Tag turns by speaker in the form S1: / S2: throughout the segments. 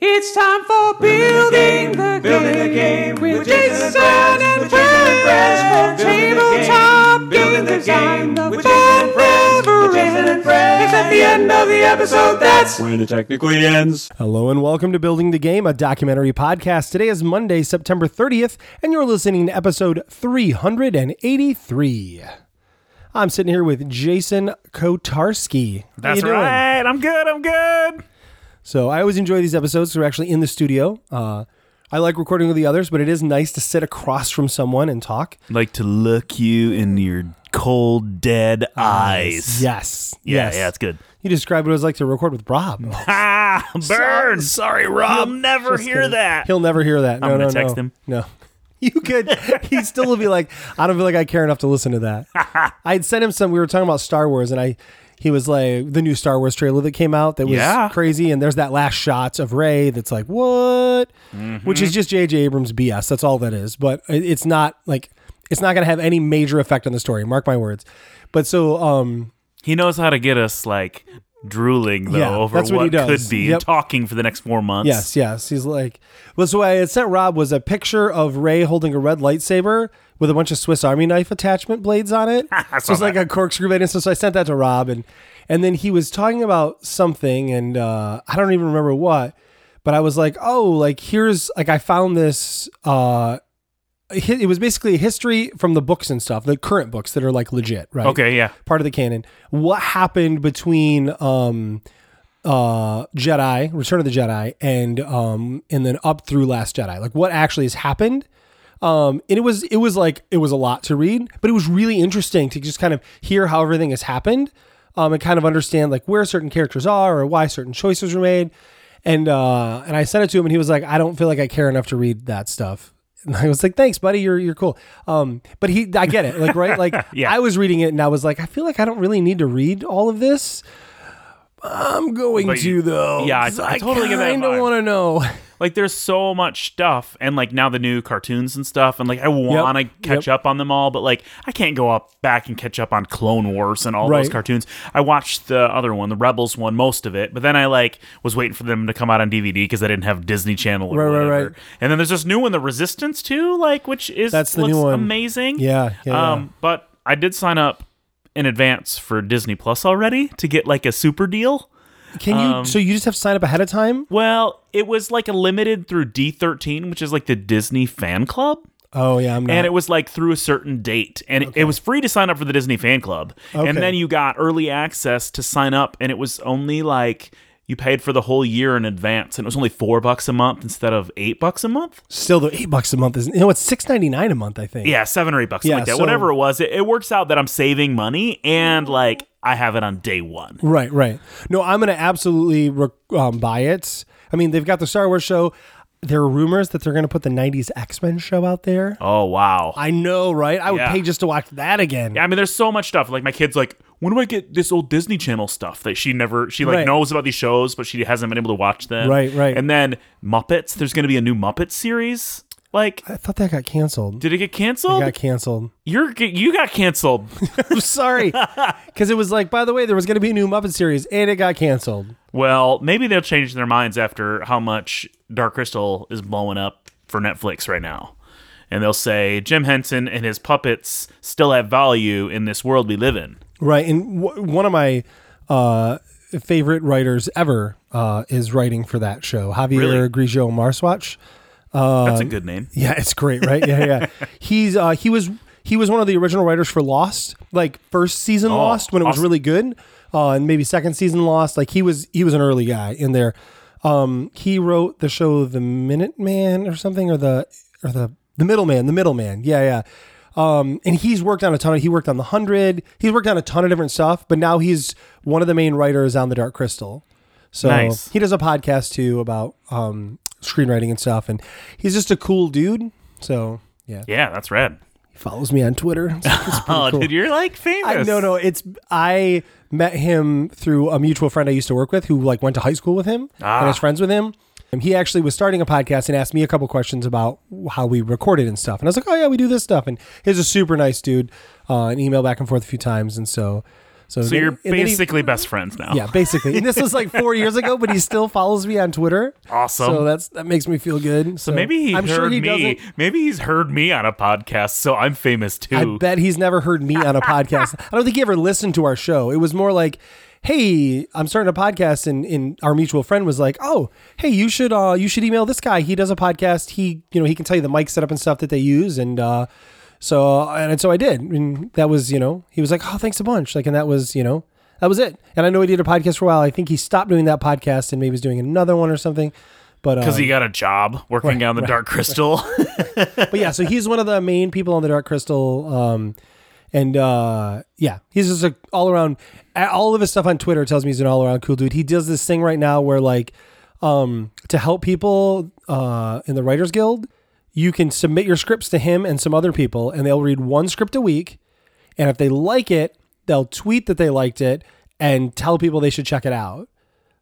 S1: It's time for building the game,
S2: Building the Game
S1: with Jason and Friends from tabletop game
S2: Building the Game, Building the
S1: design.
S2: Game
S1: The
S2: with
S1: fun
S2: Jason and Friends,
S1: never
S2: with Jason
S1: ends.
S2: and Friends.
S1: It's at the end of the episode. That's
S2: when it technically ends.
S3: Hello and welcome to Building the Game, a documentary podcast. Today is Monday, September 30th, and you're listening to episode 383. I'm sitting here with Jason Kotarski. How
S4: That's
S3: you doing?
S4: right. I'm good. I'm good.
S3: So I always enjoy these episodes. 'cause We're actually in the studio. Uh, I like recording with the others, but it is nice to sit across from someone and talk.
S4: Like to look you in your cold, dead eyes.
S3: Yes.
S4: Yeah,
S3: yes.
S4: yeah, it's good.
S3: You described what it was like to record with Rob.
S4: Ah, burn. Sorry, Rob. You'll never
S3: Just
S4: hear
S3: kidding.
S4: that.
S3: He'll never hear that. No,
S4: gonna
S3: no,
S4: text
S3: no.
S4: him.
S3: No. You could. He still would be like, I don't feel like I care enough to listen to that. I had sent him some. We were talking about Star Wars, and I, he was like, the new Star Wars trailer that came out that was
S4: Yeah.
S3: crazy. And there's that last shot of Ray that's like, what? Which
S4: Mm-hmm.
S3: is just J.J. Abrams BS. That's all that is. But it- it's not like it's not gonna have any major effect on the story. Mark my words. But so, um,
S4: He knows how to get us like drooling though
S3: Yeah,
S4: over
S3: that's
S4: what,
S3: what he does.
S4: could be
S3: Yep.
S4: and talking for the next four months.
S3: Yes, yes. He's like, well, so what I had sent Rob was a picture of Ray holding a red lightsaber with a bunch of Swiss Army knife attachment blades on it. so it's like a corkscrew blade. And so, so I sent that to Rob, and and then he was talking about something, and uh, I don't even remember what, but I was like, oh, like here's like I found this. Uh, hi- it was basically a history from the books and stuff, the current books that are like legit, right?
S4: Okay. Yeah.
S3: part of the canon. What happened between um uh Jedi, Return of the Jedi, and um and then up through Last Jedi? Like what actually has happened? Um and it was it was like it was a lot to read, but it was really interesting to just kind of hear how everything has happened. Um and kind of understand like where certain characters are or why certain choices were made. And uh and I sent it to him and he was like, I don't feel like I care enough to read that stuff. And I was like, thanks, buddy. You're you're cool. Um, but he, I get it. Like, right? Like,
S4: Yeah.
S3: I was reading it and I was like, I feel like I don't really need to read all of this. I'm going
S4: But
S3: to
S4: you-
S3: though.
S4: yeah, I-
S3: 'cause
S4: I totally get that
S3: kinda
S4: vibe.
S3: wanna know.
S4: Like there's so much stuff and like now the new cartoons and stuff and like I want to catch up on them all but like I can't go up back and catch up on Clone Wars and all
S3: Right.
S4: those cartoons. I watched the other one, the Rebels one, most of it, but then I like was waiting for them to come out on DVD cuz I didn't have Disney Channel or
S3: Right, right,
S4: whatever.
S3: right.
S4: And then there's this new one, The Resistance too, like which is
S3: That's the new
S4: looks
S3: one.
S4: amazing.
S3: Yeah, yeah,
S4: um but I did sign up in advance for Disney Plus already to get like a super deal.
S3: Can you?
S4: Um,
S3: so you just have to sign up ahead of time.
S4: Well, it was like a limited through D13, which is like the Disney fan club.
S3: Oh yeah, I'm not.
S4: And it was like through a certain date. And it it was free to sign up for the Disney fan club.
S3: Okay.
S4: And then you got early access to sign up. And it was only like you paid for the whole year in advance. And it was only four bucks a month instead of eight bucks a month.
S3: Still, the eight bucks a month is. You know, it's six ninety nine a month. I think.
S4: Yeah, seven or eight bucks. something
S3: Yeah,
S4: like that.
S3: so-
S4: Whatever it was, it, it works out that I'm saving money and like I have it on day one.
S3: Right, right. No, I'm going to absolutely re- um, buy it. I mean, they've got the Star Wars show. There are rumors that they're going to put the 90s X Men show out there.
S4: Oh, wow.
S3: I know, right? I would
S4: Yeah.
S3: pay just to watch that again.
S4: Yeah, I mean, there's so much stuff. Like my kids, like when do I get this old Disney Channel stuff that she never, she like
S3: Right.
S4: knows about these shows, but she hasn't been able to watch them.
S3: Right, right.
S4: And then Muppets, there's going to be a new Muppet series. Like,
S3: I thought that got canceled.
S4: did it get
S3: it
S4: canceled?
S3: got canceled.
S4: You're you got canceled.
S3: I'm sorry. Because it was like, by the way, there was going to be a new Muppet series and it got canceled.
S4: well, maybe they'll change their minds after how much Dark Crystal is blowing up for Netflix right now. And they'll say Jim Henson and his puppets still have value in this world we live in.
S3: Right. And w- one of my uh, favorite writers ever uh, is writing for that show, Javier
S4: Really?
S3: Grigio Marswatch.
S4: That's
S3: Uh,
S4: a good name.
S3: Yeah, it's great, right? Yeah, yeah. He's uh, he was he was one of the original writers for Lost, like first season Lost when it was
S4: awesome.
S3: really good, uh, and maybe second season Lost. Like he was he was an early guy in there. Um, he wrote the show The Minuteman or something, or the or the the Middleman, the Middleman. Yeah, yeah. Um, and he's worked on a ton of he worked on the Hundred. He's worked on a ton of different stuff, but now he's one of the main writers on the Dark Crystal. So
S4: Nice.
S3: he does a podcast too about um, screenwriting and stuff, and he's just a cool dude. So yeah,
S4: Yeah, that's rad.
S3: he follows me on Twitter. It's, it's pretty
S4: Oh,
S3: cool.
S4: dude, you're like
S3: I,
S4: famous.
S3: no, no, it's I met him through a mutual friend I used to work with who like went to high school with him
S4: Ah.
S3: and is friends with him. And he actually was starting a podcast and asked me a couple questions about how we recorded and stuff. And I was like, oh yeah, we do this stuff. And he's a super nice dude. Uh, and email back and forth a few times, and so So,
S4: So you're
S3: basically.
S4: basically best friends now.
S3: Yeah, basically. And this was like four years ago, but he still follows me on Twitter.
S4: Awesome.
S3: So that's that makes me feel good. So,
S4: Maybe he
S3: I'm
S4: heard
S3: sure he
S4: me.
S3: doesn't.
S4: Maybe he's heard me on a podcast, so I'm famous
S3: I
S4: too.
S3: bet he's never heard me on a podcast. I don't think he ever listened to our show. It was more like, "Hey, I'm starting a podcast," and, and our mutual friend was like, "Oh, hey, you should uh, you should email this guy. He does a podcast. He you know he can tell you the mic setup and stuff that they use." And uh, so and so I did, and that was you know he was like, "Oh, thanks a bunch." Like, and that was you know that was it. And I know he did a podcast for a while. I think he stopped doing that podcast and maybe was doing another one or something. But
S4: Because
S3: um,
S4: he got a job working on the Dark Crystal.
S3: but yeah, so he's one of the main people on the Dark Crystal. Um, and uh, yeah, he's just a all around. All of his stuff on Twitter tells me he's an all around cool dude. He does this thing right now where like um, to help people uh, in the Writers Guild, you can submit your scripts to him and some other people, and they'll read one script a week. And if they like it, they'll tweet that they liked it and tell people they should check it out.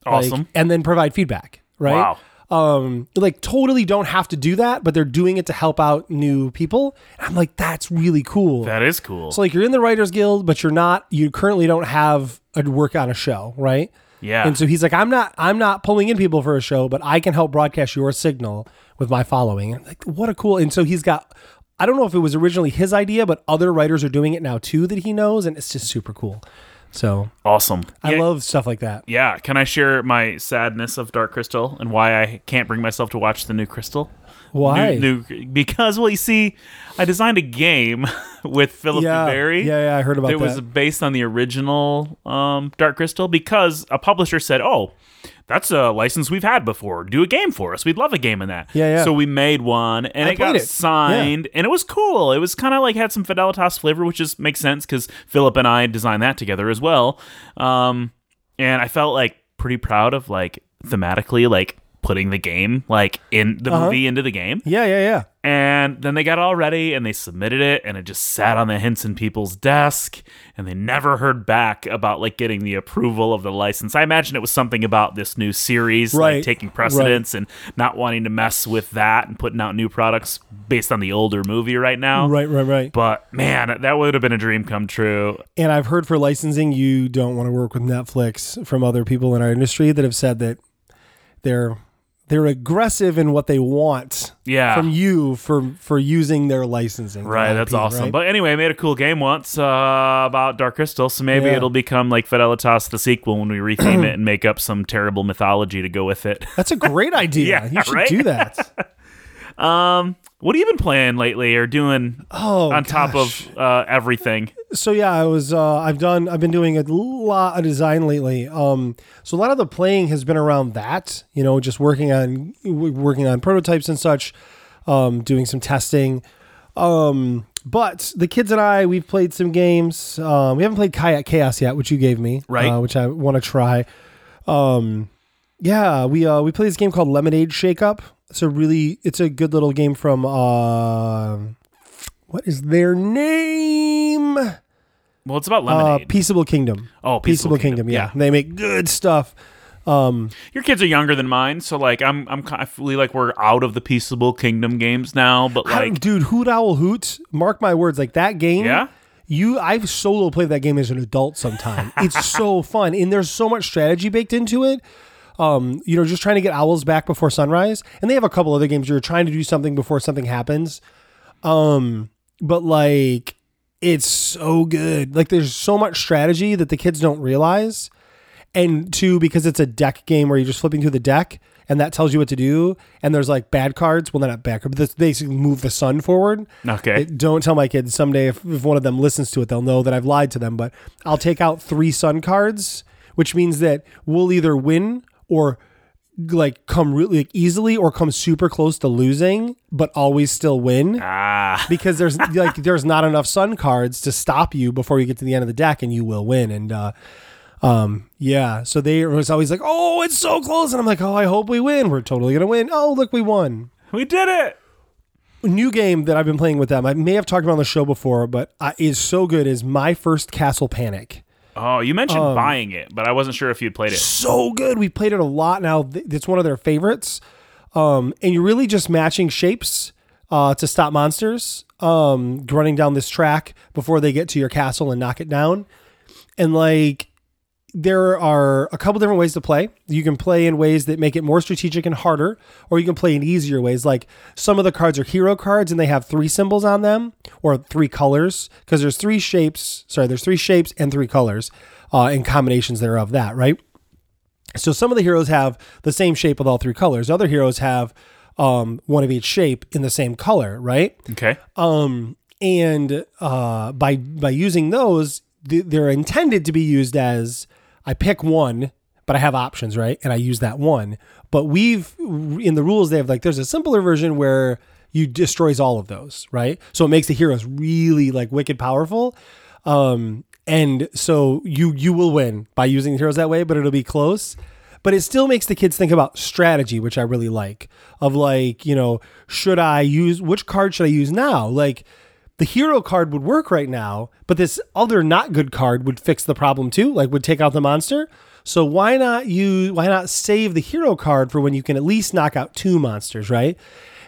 S3: Like,
S4: awesome.
S3: and then provide feedback. Right
S4: Wow.
S3: um like totally don't have to do that but they're doing it to help out new people And i'm like that's really cool
S4: That is cool.
S3: so like you're in the writers guild but you're not you currently don't have a work on a show right
S4: yeah.
S3: and so he's like i'm not i'm not pulling in people for a show but i can help broadcast your signal with my following and I'm like what a cool and so he's got i don't know if it was originally his idea but other writers are doing it now too that he knows and it's just super cool so
S4: awesome.
S3: i
S4: yeah,
S3: love stuff like that
S4: yeah. Can I share my sadness of Dark Crystal and why I can't bring myself to watch the new Crystal?
S3: why
S4: New, new, because well, you see, I designed a game with Philip
S3: yeah,
S4: Barry.
S3: yeah yeah i heard about
S4: It
S3: that
S4: was based on the original um, Dark Crystal because a publisher said, "Oh, that's a license we've had before. Do a game for us. We'd love a game in that."
S3: Yeah, yeah.
S4: So we made one, and
S3: I
S4: it got
S3: played it.
S4: signed, and it was cool. It was kind of like had some Fidelitas flavor, which just makes sense because Philip and I designed that together as well. Um, and I felt like pretty proud of like thematically, like putting the game like in the
S3: Uh-huh.
S4: movie into the game.
S3: yeah yeah yeah
S4: And then they got it all ready and they submitted it and it just sat on the Henson people's desk and they never heard back about like getting the approval of the license. I imagine it was something about this new series
S3: Right.
S4: like taking precedence and not wanting to mess with that and putting out new products based on the older movie right now.
S3: Right, right, right.
S4: But man, that would have been a dream come true.
S3: And I've heard for licensing, you don't want to work with Netflix from other people in our industry that have said that they're they're aggressive in what they want
S4: Yeah.
S3: from you for for using their licensing. their
S4: Right,
S3: IP,
S4: that's awesome.
S3: right?
S4: But anyway, I made a cool game once uh, about Dark Crystal, so maybe
S3: Yeah.
S4: it'll become like Fidelitas, the sequel, when we retheme it and make up some terrible mythology to go with it.
S3: that's a great idea.
S4: Yeah,
S3: you should
S4: right?
S3: do that.
S4: What have you been playing lately or doing
S3: Oh,
S4: on top
S3: gosh.
S4: of uh, everything?
S3: So yeah, I was uh, I've done I've been doing a lot of design lately. Um, so a lot of the playing has been around that, you know, just working on w- working on prototypes and such, um, doing some testing. Um, but the kids and I, we've played some games. Um, we haven't played Kayak Chaos yet, which you gave me,
S4: Right.
S3: uh, which I want to try. Um, yeah, we uh, we play this game called Lemonade Shakeup. It's a really it's a good little game from uh, what is their name?
S4: Well, it's about
S3: Uh,
S4: lemonade.
S3: Peaceable Kingdom.
S4: oh, Peaceable, Kingdom.
S3: yeah. They make good stuff.
S4: Your kids are younger than mine, so like I'm, I'm, ki- I feel like we're out of the Peaceable Kingdom games now. But
S3: I-
S4: like,
S3: dude, Hoot Owl Hoot, mark my words, like that game.
S4: Yeah?
S3: You I've solo played that game as an adult sometime. it's so fun. And there's so much strategy baked into it. Um, you know, just trying to get owls back before sunrise. And they have a couple other games you're trying to do something before something happens. Um, but like it's so good. Like there's so much strategy that the kids don't realize. and two because it's a deck game where you're just flipping through the deck and that tells you what to do and there's like bad cards well they're not bad cards, but this- they basically move the sun forward
S4: okay,
S3: It- don't tell my kids someday if, if one of them listens to it they'll know that i've lied to them but i'll take out three sun cards which means that we'll either win or like come really like, easily or come super close to losing but always still win
S4: ah,
S3: because there's like there's not enough sun cards to stop you before you get to the end of the deck and you will win and uh um yeah so they was always like oh it's so close and i'm like oh i hope we win we're totally gonna win oh look we won
S4: we did it.
S3: new game that i've been playing with them i may have talked about on the show before but I, is so good is my first castle panic
S4: Oh, you mentioned
S3: Um,
S4: buying it, but I wasn't sure if you played it.
S3: so good we played it a lot now Th- it's one of their favorites um and you're really just matching shapes uh to stop monsters um running down this track before they get to your castle and knock it down And like there are a couple different ways to play. You can play in ways that make it more strategic and harder, or you can play in easier ways. Like some of the cards are hero cards and they have three symbols on them or three colors because there's three shapes. Sorry, there's three shapes and three colors uh, and combinations thereof. That right. So some of the heroes have the same shape with all three colors. Other heroes have um, one of each shape in the same color. Right
S4: Okay.
S3: um, and uh, by by using those, th- they're intended to be used as I pick one, but I have options, right? And I use that one. But we've in the rules they have like there's a simpler version where you destroys all of those, right? So it makes the heroes really like wicked powerful. Um, and so you you will win by using the heroes that way, but it'll be close but it still makes the kids think about strategy, which I really like. Of like, you know, should I use which card should I use now? Like the hero card would work right now, but this other not good card would fix the problem too, like would take out the monster. So why not use why not save the hero card for when you can at least knock out two monsters, right?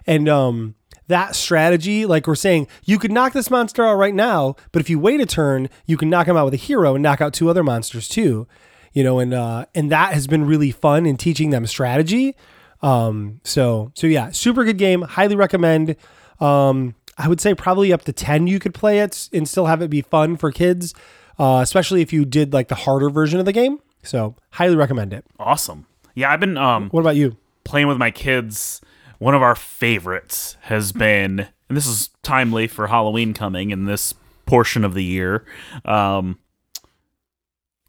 S3: And um that strategy, like we're saying, you could knock this monster out right now, but if you wait a turn, you can knock him out with a hero and knock out two other monsters too you know, and uh, and that has been really fun in teaching them strategy. Um, so so yeah, super good game. Highly recommend. Um, I would say probably up to ten you could play it and still have it be fun for kids, uh, especially if you did like the harder version of the game. So highly recommend it.
S4: Awesome. Yeah, I've been um
S3: What about you?
S4: playing with my kids, one of our favorites has been, and this is timely for Halloween coming in this portion of the year, um,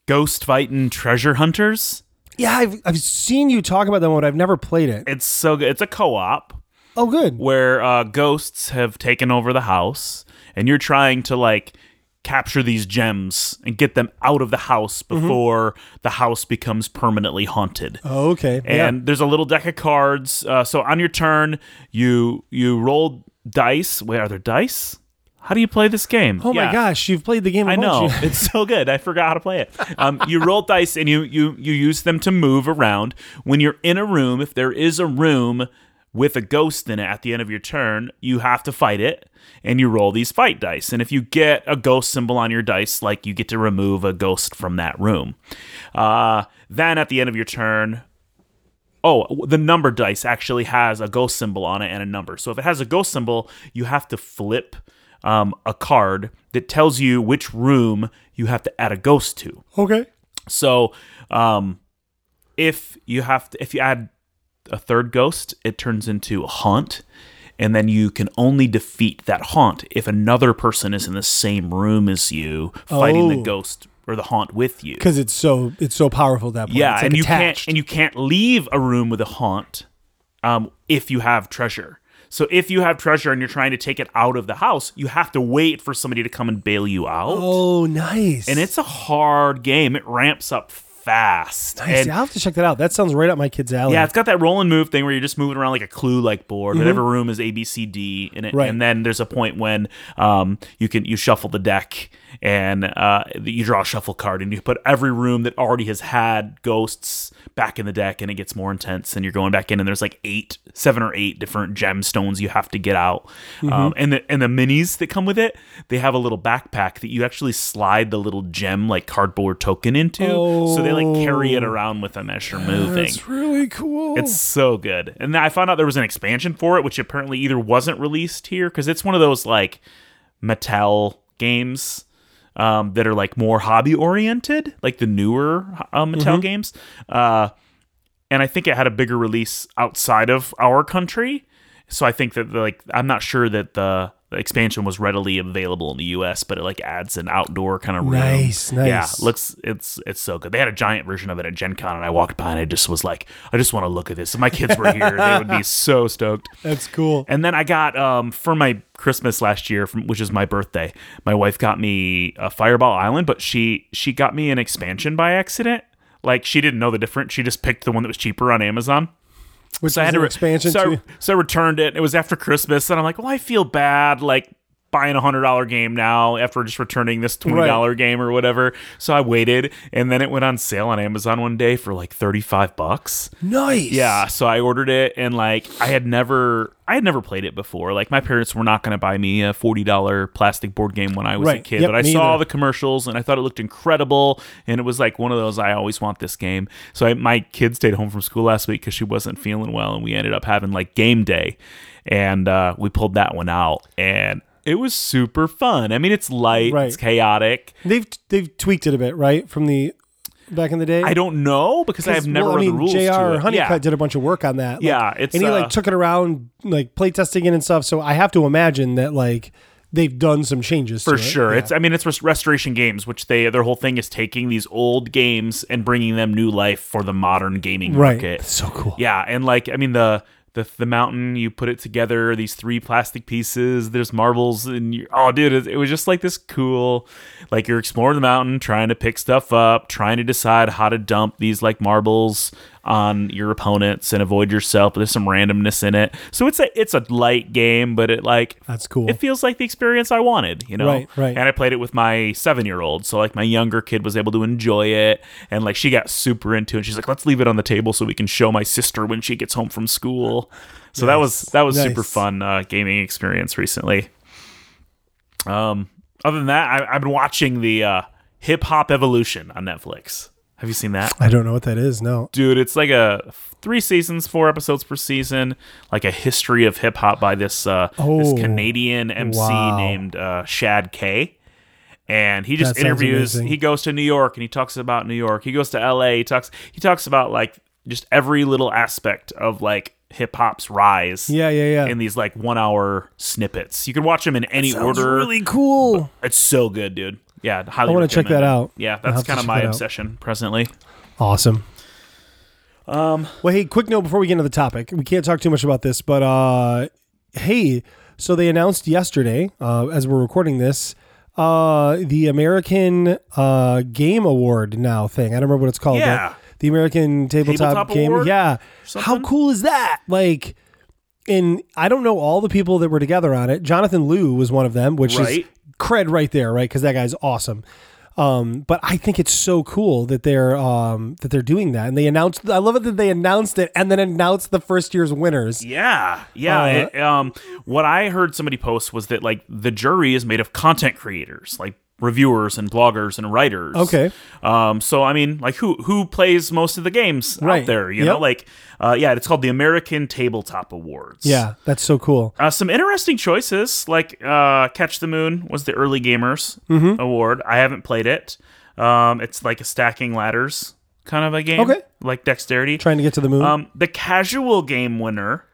S4: Ghost Fighting Treasure Hunters.
S3: Yeah, I've I've seen you talk about that one, but I've never played it.
S4: It's so good. It's a co op
S3: Oh, good.
S4: where uh, ghosts have taken over the house, and you're trying to like capture these gems and get them out of the house before the house becomes permanently haunted.
S3: Oh, okay. Yeah.
S4: and there's a little deck of cards. Uh, so on your turn, you you roll dice. Wait, are there dice? How do you play this game?
S3: oh my
S4: Yeah.
S3: gosh, you've played the game. a
S4: I
S3: bunch,
S4: know
S3: you-
S4: it's so good. I forgot how to play it. Um, you roll dice and you you you use them to move around. When you're in a room, if there is a room with a ghost in it at the end of your turn, you have to fight it, and you roll these fight dice. And if you get a ghost symbol on your dice, like you get to remove a ghost from that room. Uh, then at the end of your turn, oh, the number dice actually has a ghost symbol on it and a number. So if it has a ghost symbol, you have to flip um, a card that tells you which room you have to add a ghost to.
S3: Okay.
S4: So um, if you have to, if you add a third ghost, it turns into a haunt. And then you can only defeat that haunt if another person is in the same room as you fighting the
S3: Oh.
S4: ghost or the haunt with you.
S3: Because it's so it's so powerful at that point.
S4: Yeah,
S3: It's, like,
S4: and you
S3: attached.
S4: can't and you can't leave a room with a haunt um, if you have treasure. So if you have treasure and you're trying to take it out of the house, you have to wait for somebody to come and bail you out.
S3: Oh, nice.
S4: And it's a hard game. It ramps up fast.
S3: I
S4: And-
S3: see, I'll have to check that out. That sounds right up my kid's alley.
S4: yeah, it's got that roll and move thing where you're just moving around like a clue like board. But every room is A, B, C, D, and it,
S3: Mm-hmm. Right.
S4: and then there's a point when um, you can you shuffle the deck and uh, you draw a shuffle card and you put every room that already has had ghosts back in the deck and it gets more intense and you're going back in and there's like eight, seven or eight different gemstones you have to get out.
S3: Mm-hmm.
S4: Um, and the and the minis that come with it, they have a little backpack that you actually slide the little gem like cardboard token into. So they like carry it around with them as you're moving.
S3: Oh. That's really cool.
S4: It's so good. And then I found out there was an expansion for it, which apparently either wasn't released here because it's one of those like Mattel games um, that are like more hobby oriented, like the newer uh, Mattel
S3: Mm-hmm.
S4: games. Uh, and I think it had a bigger release outside of our country. So I think that like I'm not sure that the the expansion was readily available in the U.S., but it like adds an outdoor kind of room.
S3: Nice,
S4: Yeah,
S3: nice.
S4: looks it's it's so good. They had a giant version of it at Gen Con, and I walked by and I just was like, I just want to look at this. If my kids were here, they would be so stoked.
S3: That's cool.
S4: And then I got um, for my Christmas last year, from, which is my birthday. My wife got me a Fireball Island, but she she got me an expansion by accident. Like she didn't know the difference. She just picked the one that was cheaper on Amazon.
S3: Which
S4: I
S3: is
S4: had
S3: an
S4: to re-
S3: expansion
S4: so I,
S3: to
S4: so I returned it. It was after Christmas, and I'm like, well, I feel bad like buying a hundred dollar game now after just returning this twenty dollar game or whatever. So I waited, and then it went on sale on Amazon one day for like thirty five bucks.
S3: Nice.
S4: Yeah, so I ordered it and like I had never I had never played it before. Like my parents were not going to buy me a $40 plastic board game when I was a
S3: Right.
S4: kid,
S3: Yep,
S4: but I
S3: me
S4: saw
S3: either.
S4: the commercials and I thought it looked incredible and it was like one of those I always want this game. So I, my kid stayed home from school last week cuz she wasn't feeling well and we ended up having like game day and uh, we pulled that one out and it was super fun. I mean, it's light,
S3: Right.
S4: it's chaotic.
S3: They've they've tweaked it a bit, right? From the back in the day.
S4: I don't know because I've never
S3: well,
S4: read
S3: I mean,
S4: the rules
S3: Jr.
S4: to it.
S3: Honeycutt
S4: yeah.
S3: did a bunch of work on that. like-
S4: Yeah, it's,
S3: and he
S4: uh,
S3: like took it around, like playtesting it and stuff. So I have to imagine that like they've done some changes
S4: for
S3: to it.
S4: sure.
S3: Yeah.
S4: It's I mean it's res- restoration games, which they their whole thing is taking these old games and bringing them new life for the modern gaming
S3: right.
S4: market.
S3: That's so cool.
S4: Yeah, and like I mean the the the mountain you put it together, these three plastic pieces. There's marbles and you, oh dude, it, it was just like this cool, like you're exploring the mountain, trying to pick stuff up, trying to decide how to dump these like marbles on your opponents and avoid yourself. There's some randomness in it, so it's a it's a light game, but it like
S3: That's cool.
S4: it feels like the experience I wanted, you know?
S3: Right, right.
S4: And I played it with my seven year old. So, like, my younger kid was able to enjoy it. And, like, she got super into it. She's like, let's leave it on the table so we can show my sister when she gets home from school. So that was that was super
S3: nice.
S4: fun uh, gaming experience recently. Um, other than that, I, I've been watching the uh, Hip Hop Evolution on Netflix. Have you seen that?
S3: I don't know what that is. No.
S4: dude it's like a three seasons four episodes per season like a history of hip-hop by this uh this
S3: Oh,
S4: canadian mc
S3: wow.
S4: named uh shad k and he
S3: That
S4: just
S3: sounds
S4: interviews
S3: amazing.
S4: he goes to new york and he talks about new york he goes to la he talks he talks about like just every little aspect of like hip-hop's rise
S3: Yeah, yeah, yeah.
S4: in these like one hour snippets you can watch them in any
S3: Sounds
S4: order
S3: really cool.
S4: it's so good dude yeah highly
S3: I wanna check that
S4: recommend it.
S3: out.
S4: yeah
S3: I'll
S4: that's
S3: have to
S4: kind of
S3: check
S4: my
S3: that out.
S4: obsession presently
S3: Awesome. Um, well, hey, quick note before we get into the topic. We can't talk too much about this, but uh, hey, so they announced yesterday, uh, as we're recording this, uh, the American uh, Game Award now thing. I don't remember what it's called. but
S4: Yeah.
S3: The American Tabletop,
S4: Tabletop
S3: Game.
S4: Award?
S3: Yeah. How
S4: Something?
S3: cool is that? Like, and I don't know all the people that were together on it. Jonathan Liu was one of them, which
S4: Right.
S3: is cred right there, right? Because that guy's awesome. Um, but I think it's so cool that they're um, that they're doing that, and they announced. I love it that they announced it and then announced the first year's winners.
S4: Yeah, yeah.
S3: Uh,
S4: it- um, what I heard somebody post was that like the jury is made of content creators, like reviewers and bloggers and writers.
S3: Okay.
S4: Um, so I mean, like who who plays most of the games out
S3: Right.
S4: there? You know,
S3: Yep.
S4: like uh, yeah, it's called the American Tabletop Awards.
S3: Yeah, that's so cool.
S4: Uh, some interesting choices, like uh, Catch the Moon was the early gamers
S3: Mm-hmm.
S4: award. I haven't played it. Um, it's like a stacking ladders kind of a game,
S3: Okay.
S4: like dexterity.
S3: Trying to get to the moon.
S4: Um, the casual game winner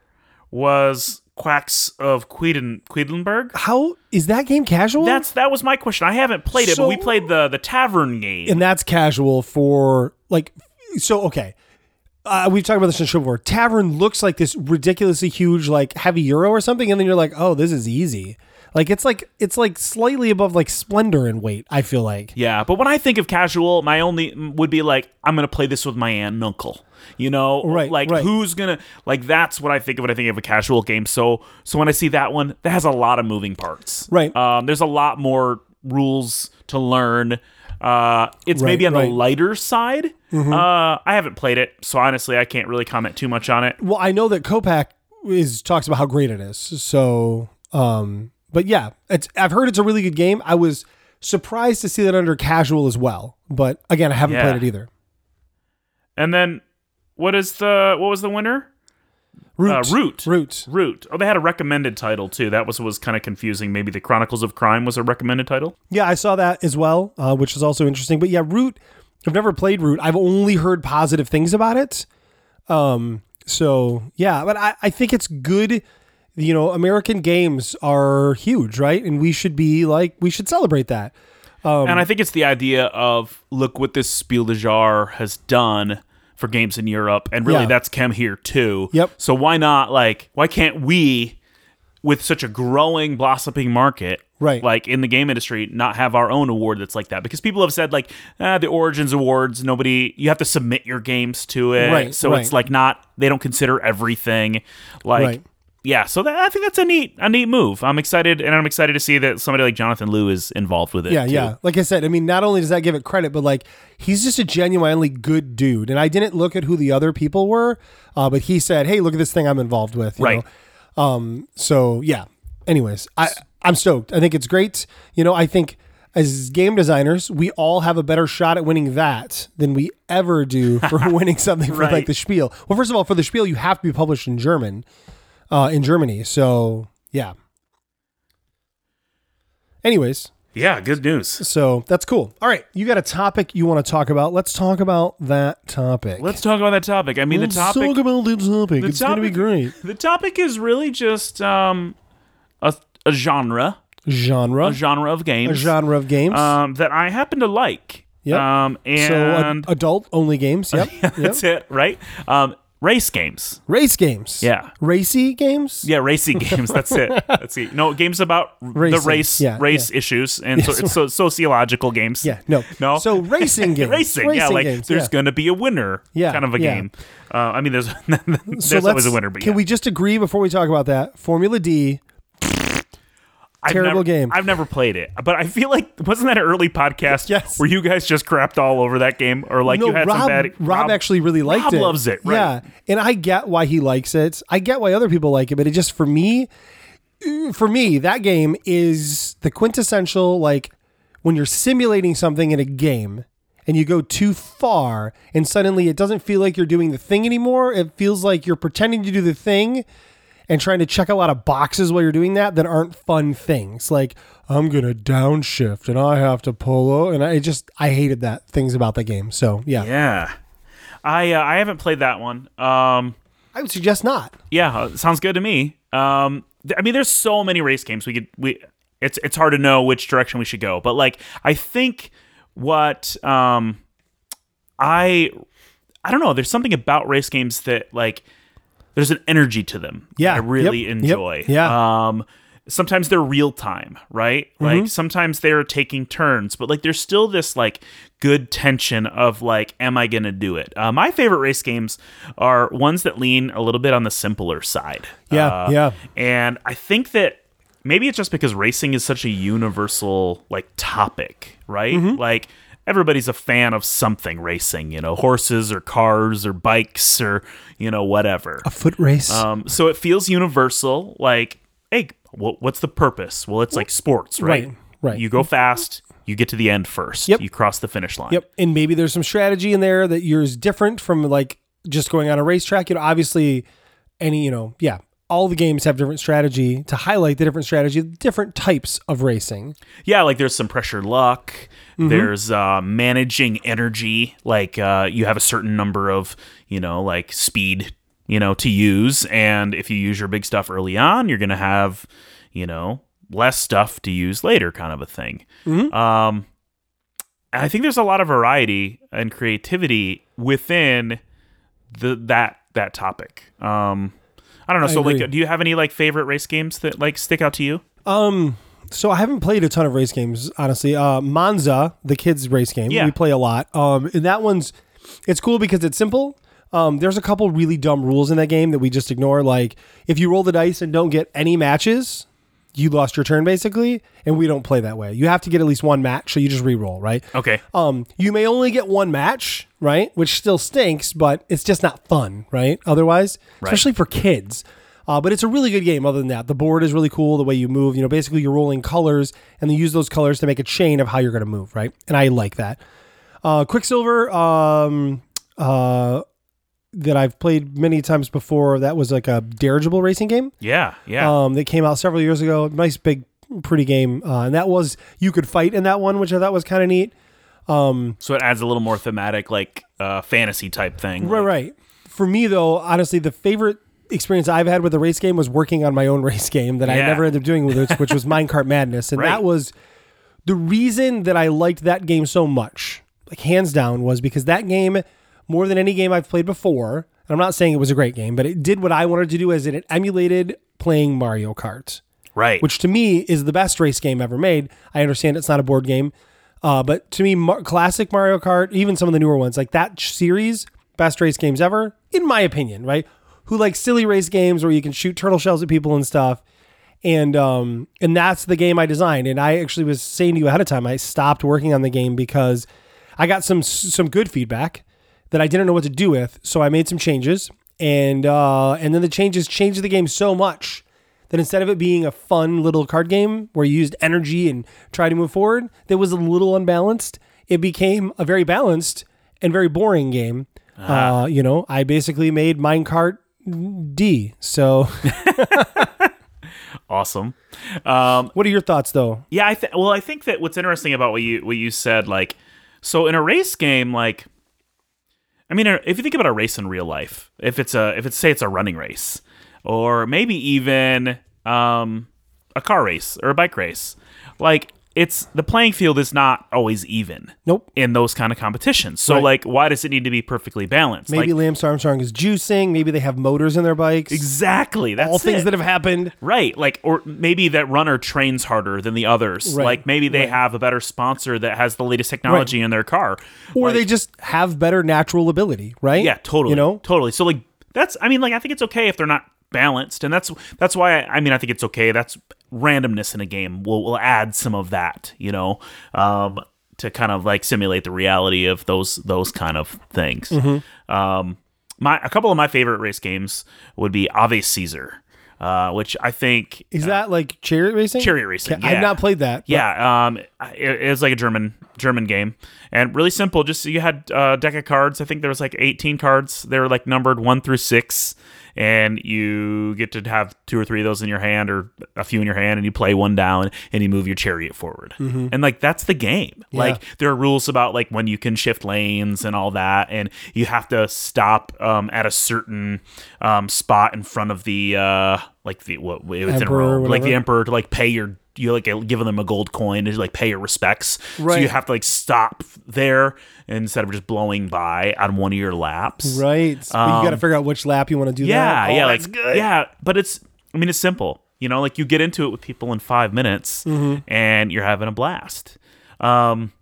S4: was Quacks of Queden, Quedlinburg.
S3: How is that game casual?
S4: That's that was my question. I haven't played it, but we
S3: So-
S4: played the the tavern game.
S3: and that's casual for like. So okay, uh, we've talked about this in the show before. Tavern looks like this ridiculously huge, like heavy euro or something, and then you're like, oh, this is easy. Like it's like it's like slightly above like splendor in weight. I feel like.
S4: yeah, but when I think of casual, my only m- would be like I'm gonna play this with my aunt and uncle. You know,
S3: Right,
S4: Like
S3: right.
S4: who's gonna like? That's what I think of when I think of a casual game. So so when I see that one, that has a lot of moving parts.
S3: Right.
S4: Um, there's a lot more rules to learn. Uh, it's
S3: Right,
S4: maybe on
S3: right. Mm-hmm.
S4: the lighter side. Uh, I haven't played it, so honestly, I can't really comment too much on it.
S3: Well, I know that Kopak is talks about how great it is. So, um, but yeah, it's I've heard it's a really good game. I was surprised to see that under casual as well, but again, I haven't
S4: Yeah.
S3: played it either.
S4: And then what is the what was the winner?
S3: Root,
S4: Uh, Root.
S3: root.
S4: Root. Oh, they had a recommended title too. That was was kind of confusing. Maybe the Chronicles of Crime was a recommended title.
S3: Yeah, I saw that as well, uh, which is also interesting. But yeah, Root. I've never played Root. I've only heard positive things about it. Um, so yeah, but I, I think it's good. You know, American games are huge, right? And we should be like we should celebrate that. Um,
S4: and I think it's the idea of look what this Spiel des Jahres has done for games in Europe, and really
S3: Yeah.
S4: that's come here too.
S3: Yep.
S4: So why not like why can't we, with such a growing, blossoming market,
S3: Right.
S4: Like in the game industry, not have our own award that's like that because people have said like ah, the Origins Awards, nobody you have to submit your games to it,
S3: Right,
S4: So
S3: right.
S4: it's like not they don't consider everything like.
S3: Right.
S4: yeah, so that, I think that's a neat a neat move. I'm excited, and I'm excited to see that somebody like Jonathan Liu is involved with it.
S3: Yeah,
S4: too.
S3: yeah. Like I said, I mean, not only does that give it credit, but like he's just a genuinely good dude. And I didn't look at who the other people were, uh, but he said, "Hey, look at this thing I'm involved with." you
S4: Right.
S3: know? Um, So yeah. Anyways, I I'm stoked. I think it's great. You know, I think as game designers, we all have a better shot at winning that than we ever do for winning something for like
S4: Right.
S3: the Spiel. Well, first of all, for the Spiel, you have to be published in German, uh, in Germany. So yeah. Anyways,
S4: yeah. Good news.
S3: so that's cool. All right, you got a topic you want to talk about? Let's talk about that topic.
S4: Let's talk about that topic. I mean, the
S3: Let's talk
S4: topic
S3: about that topic.
S4: the
S3: it's gonna be
S4: topic-
S3: great.
S4: the topic is really just um a, a genre
S3: Genre,
S4: a genre of
S3: a
S4: games
S3: genre of games.
S4: um that I happen to like.
S3: Yep.
S4: Um and
S3: so uh, adult only games. Yep. yep.
S4: that's it, right? Um race games.
S3: Race games.
S4: Yeah.
S3: Racy games.
S4: Yeah, racing games. That's it. That's it. No games about
S3: Racing.
S4: the race,
S3: Yeah,
S4: race issues, and so, so sociological games.
S3: Yeah. No.
S4: no.
S3: So racing games.
S4: racing. yeah, like
S3: games,
S4: there's
S3: yeah.
S4: gonna be a winner.
S3: Yeah,
S4: kind of a
S3: yeah.
S4: game. Uh, I mean, there's there's
S3: So
S4: always
S3: let's-
S4: a winner, but
S3: can
S4: yeah.
S3: we just agree before we talk about that? Formula D.
S4: I've
S3: terrible
S4: never-
S3: game.
S4: I've never played it, but I feel like wasn't that an early podcast
S3: Yes.
S4: where you guys just crapped all over that game, or like
S3: no,
S4: you had
S3: Rob,
S4: some bad.
S3: Rob. actually really liked
S4: Rob
S3: it.
S4: loves it, right.
S3: Yeah, and I get why he likes it. I get why other people like it, but it just for me, for me, that game is the quintessential like when you're simulating something in a game and you go too far and suddenly it doesn't feel like you're doing the thing anymore. It feels like you're pretending to do the thing and trying to check a lot of boxes while you're doing that that aren't fun things. Like I'm gonna downshift and I have to pull o and I just I hated that things about the game. So yeah,
S4: Yeah, I uh, I haven't played that one. Um,
S3: I would suggest not.
S4: yeah, uh, sounds good to me. Um, th- I mean, there's so many race games we could we. It's it's hard to know which direction we should go, but like I think what um, I I don't know. There's something about race games that like there's an energy to them. that
S3: Yeah,
S4: I really
S3: yep, yep,
S4: enjoy.
S3: yeah. Mm-hmm.
S4: Um, sometimes they're real time, right? Like sometimes they're taking turns, but like there's still this like good tension of like, am I gonna do it? Uh, my favorite race games are ones that lean a little bit on the simpler side.
S3: Yeah,
S4: Uh,
S3: yeah.
S4: And I think that maybe it's just because racing is such a universal like topic, right?
S3: Mm-hmm.
S4: Like everybody's a fan of something racing, you know, horses or cars or bikes or you know whatever.
S3: Foot race.
S4: Um, so it feels universal. Like, hey, wha- what's the purpose? Well, it's like sports, right?
S3: Right, right.
S4: You go fast. You get to the end first.
S3: Yep.
S4: You cross the finish line.
S3: Yep. And maybe there's some strategy in there that yours different from like just going on a racetrack. You know, obviously any, you know, yeah. All the games have different strategy to highlight the different strategy, different types of racing.
S4: Yeah, like there's some pressure luck. There's uh, managing energy. Like uh, you have a certain number of you know like speed you know to use, and if you use your big stuff early on, you're gonna have you know less stuff to use later, kind of a thing. Um, I think there's a lot of variety and creativity within the that that topic. Um, I don't know. so
S3: agree.
S4: like, do you have any like favorite race games that like stick out to you?
S3: Um, so I haven't played a ton of race games, honestly. Uh, Monza, the kids' race game,
S4: Yeah.
S3: we play a lot. Um, and that one's it's cool because it's simple. Um, there's a couple really dumb rules in that game that we just ignore. Like if you roll the dice and don't get any matches, you lost your turn basically, and we don't play that way. You have to get at least one match, so you just re-roll, right?
S4: Okay.
S3: Um, you may only get one match, right? Which still stinks, but it's just not fun, right? Otherwise, especially for kids. Uh, but it's a really good game. Other than that, the board is really cool. The way you move, you know, basically you're rolling colors, and then use those colors to make a chain of how you're going to move, right? And I like that. Uh, Quicksilver, um, uh, that I've played many times before. That was like a dirigible racing game
S4: Yeah. Yeah.
S3: um, that came out several years ago. Nice, big, pretty game. Uh, and that was you could fight in that one, which I thought was kind of neat.
S4: So it adds a little more thematic, like uh, fantasy type thing.
S3: Right, right. For me, though, honestly, the favorite experience I've had with a race game was working on my own race game that I
S4: Yeah.
S3: never ended up doing with it, which was Minecart Madness. And
S4: Right.
S3: that was the reason that I liked that game so much, like hands down, was because that game, more than any game I've played before, and I'm not saying it was a great game, but it did what I wanted to do as it emulated playing Mario Kart
S4: Right.
S3: which to me is the best race game ever made. I understand it's not a board game, uh, but to me, Mar- classic Mario Kart, even some of the newer ones, like that ch- series, best race games ever, in my opinion, right? who like silly race games where you can shoot turtle shells at people and stuff. And um and that's the game I designed. And I actually was saying to you ahead of time, I stopped working on the game because I got some some good feedback that I didn't know what to do with. So I made some changes, and uh, and then the changes changed the game so much that instead of it being a fun little card game where you used energy and tried to move forward, that was a little unbalanced. It became a very balanced and very boring game. Uh, you know, I basically made Minecart D. So,
S4: Awesome.
S3: what are your thoughts though?
S4: Yeah, I th- well, I think that what's interesting about what you what you said, like, so in a race game, like, I mean, if you think about a race in real life, if it's a if it's say it's a running race, or maybe even um, a car race or a bike race, like it's the playing field is not always even
S3: Nope.
S4: in those kind of competitions. So
S3: Right.
S4: like, why does it need to be perfectly balanced?
S3: Maybe
S4: like,
S3: Lance Armstrong is juicing. Maybe they have motors in their bikes.
S4: exactly. That's
S3: All things
S4: it.
S3: that have happened.
S4: Right. Like, or maybe that runner trains harder than the others.
S3: Right,
S4: Like, maybe they have a better sponsor that has the latest technology in their car.
S3: Or
S4: Like,
S3: they just have better natural ability, right?
S4: yeah, totally.
S3: You know,
S4: totally. So, like, that's, I mean, like, I think it's okay if they're not balanced. And that's, that's why, I, I mean, I think it's okay. That's randomness in a game. We'll, we'll add some of that, you know, um, to kind of like simulate the reality of those, those kind of things.
S3: Mm-hmm.
S4: Um, my, a couple of my favorite race games would be Ave Caesar, uh, which I think
S3: Is that like chariot racing?
S4: Chariot racing,
S3: Okay, I've
S4: yeah.
S3: not played that. but
S4: Yeah, um, it, it was like a German German game, and really simple. Just you had uh, a deck of cards. I think there was like eighteen cards. They were like numbered one through six, and you get to have two or three of those in your hand, or a few in your hand, and you play one down, and you move your chariot forward,
S3: Mm-hmm.
S4: and like that's the game. Like there are rules about like when you can shift lanes and all that, and you have to stop um, at a certain um, spot in front of the uh, like the what it was in
S3: Emperor or
S4: Rome, like the
S3: whatever.
S4: emperor to like pay your you like giving them a gold coin to like pay your respects. So
S3: Right.
S4: you have to like stop there instead of just blowing by on one of your laps.
S3: Right. but you got to figure out which lap you want to do
S4: Um, Yeah,
S3: that. Oh,
S4: yeah,
S3: that's
S4: like yeah, but it's I mean it's simple. You know, like you get into it with people in five minutes,
S3: Mm-hmm.
S4: and you're having a blast. Um,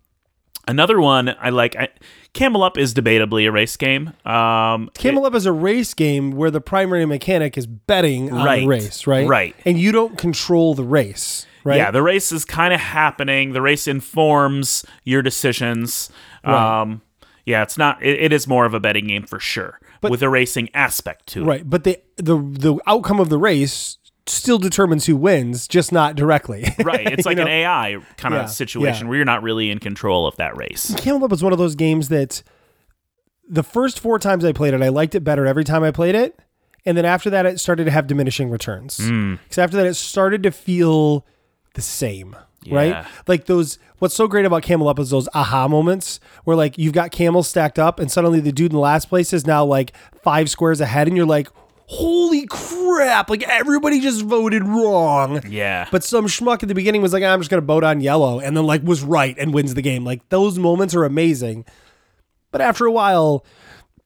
S4: another one I like. I, Camel Up is debatably a race game. Um,
S3: Camel Up is a race game where the primary mechanic is betting on
S4: Right,
S3: the race, right?
S4: right.
S3: And you don't control the race, right?
S4: Yeah, the race is kind of happening. The race informs your decisions. Um, yeah, it's not. It, it is more of a betting game for sure, with a racing aspect to it.
S3: right. But the the the outcome of the race still determines who wins, just not directly.
S4: Right, it's like
S3: know?
S4: an AI kind
S3: Yeah,
S4: of situation
S3: yeah.
S4: where you're not really in control of that race.
S3: Camel Up is one of those games that the first four times I played it, I liked it better every time I played it. And then after that, it started to have diminishing returns. Because after that, it started to feel the same,
S4: Yeah.
S3: right? Like those, what's so great about Camel Up is those aha moments where like you've got camels stacked up and suddenly the dude in the last place is now like five squares ahead and you're like, holy crap, like everybody just voted wrong.
S4: Yeah,
S3: But some schmuck at the beginning was like, "Ah, I'm just going to vote on yellow, and then like was right and wins the game. Like those moments are amazing. But after a while,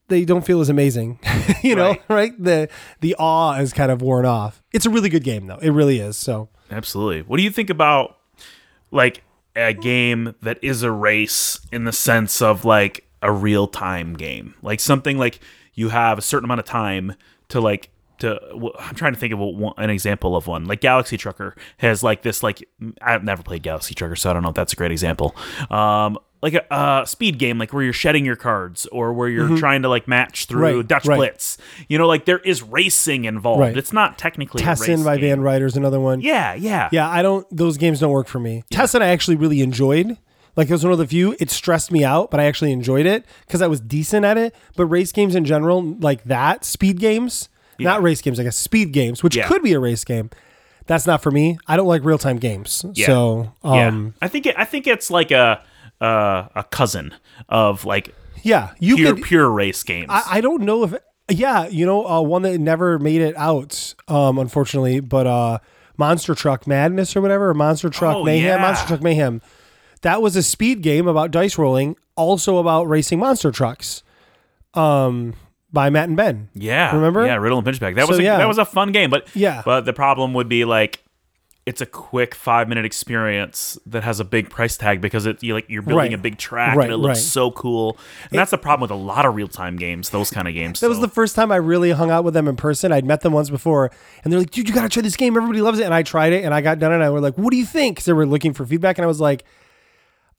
S3: they don't feel as amazing, you know, right. The the awe is kind of worn off. It's a really good game though. It really is. So
S4: absolutely. What do you think about like a game that is a race in the sense of like a real time game, like something like you have a certain amount of time to like to. wh- I'm trying to think of a, one- an example of one. Like Galaxy Trucker has like this like I've never played Galaxy Trucker, so I don't know if that's a great example. Um, like a, a speed game, like where you're shedding your cards or where you're trying to like match through
S3: Mm-hmm. Right,
S4: Dutch
S3: right.
S4: Blitz. You know, like there is racing involved.
S3: Right.
S4: It's not technically a
S3: Tessin
S4: race
S3: by
S4: game.
S3: Van Ryder's another one.
S4: Yeah, yeah,
S3: Yeah, I don't. Those games don't work for me. Tessin, I actually really enjoyed. Like it was one of the few. It stressed me out, but I actually enjoyed it because I was decent at it. But race games in general, like that, speed games, not race games, I guess speed games, which
S4: Yeah.
S3: could be a race game. That's not for me. I don't like real time games.
S4: Yeah.
S3: So um,
S4: yeah. I think it, I think it's like a uh, a cousin of like
S3: yeah, you
S4: pure
S3: could.
S4: pure race games.
S3: I, I don't know if yeah, you know, uh, one that never made it out, um, unfortunately, but uh, Monster Truck Madness or whatever, or Monster Truck
S4: Oh,
S3: Mayhem,
S4: yeah.
S3: Monster Truck Mayhem. That was a speed game about dice rolling, also about racing monster trucks, um, by Matt and Ben.
S4: yeah,
S3: remember?
S4: Yeah, Riddle and Pinchback. That
S3: So,
S4: was a,
S3: yeah.
S4: that was a fun game, but
S3: Yeah.
S4: but the problem would be like it's a quick five minute experience that has a big price tag because it you like you're building
S3: Right.
S4: a big track
S3: Right,
S4: and it looks
S3: right.
S4: so cool. And that's the problem with a lot of real time games, those kind of games.
S3: That was the first time I really hung out with them in person. I'd met them once before, and they're like, "Dude, you gotta try this game. Everybody loves it." And I tried it, and I got done, and I were like, "What do you think?" Because they were looking for feedback, and I was like,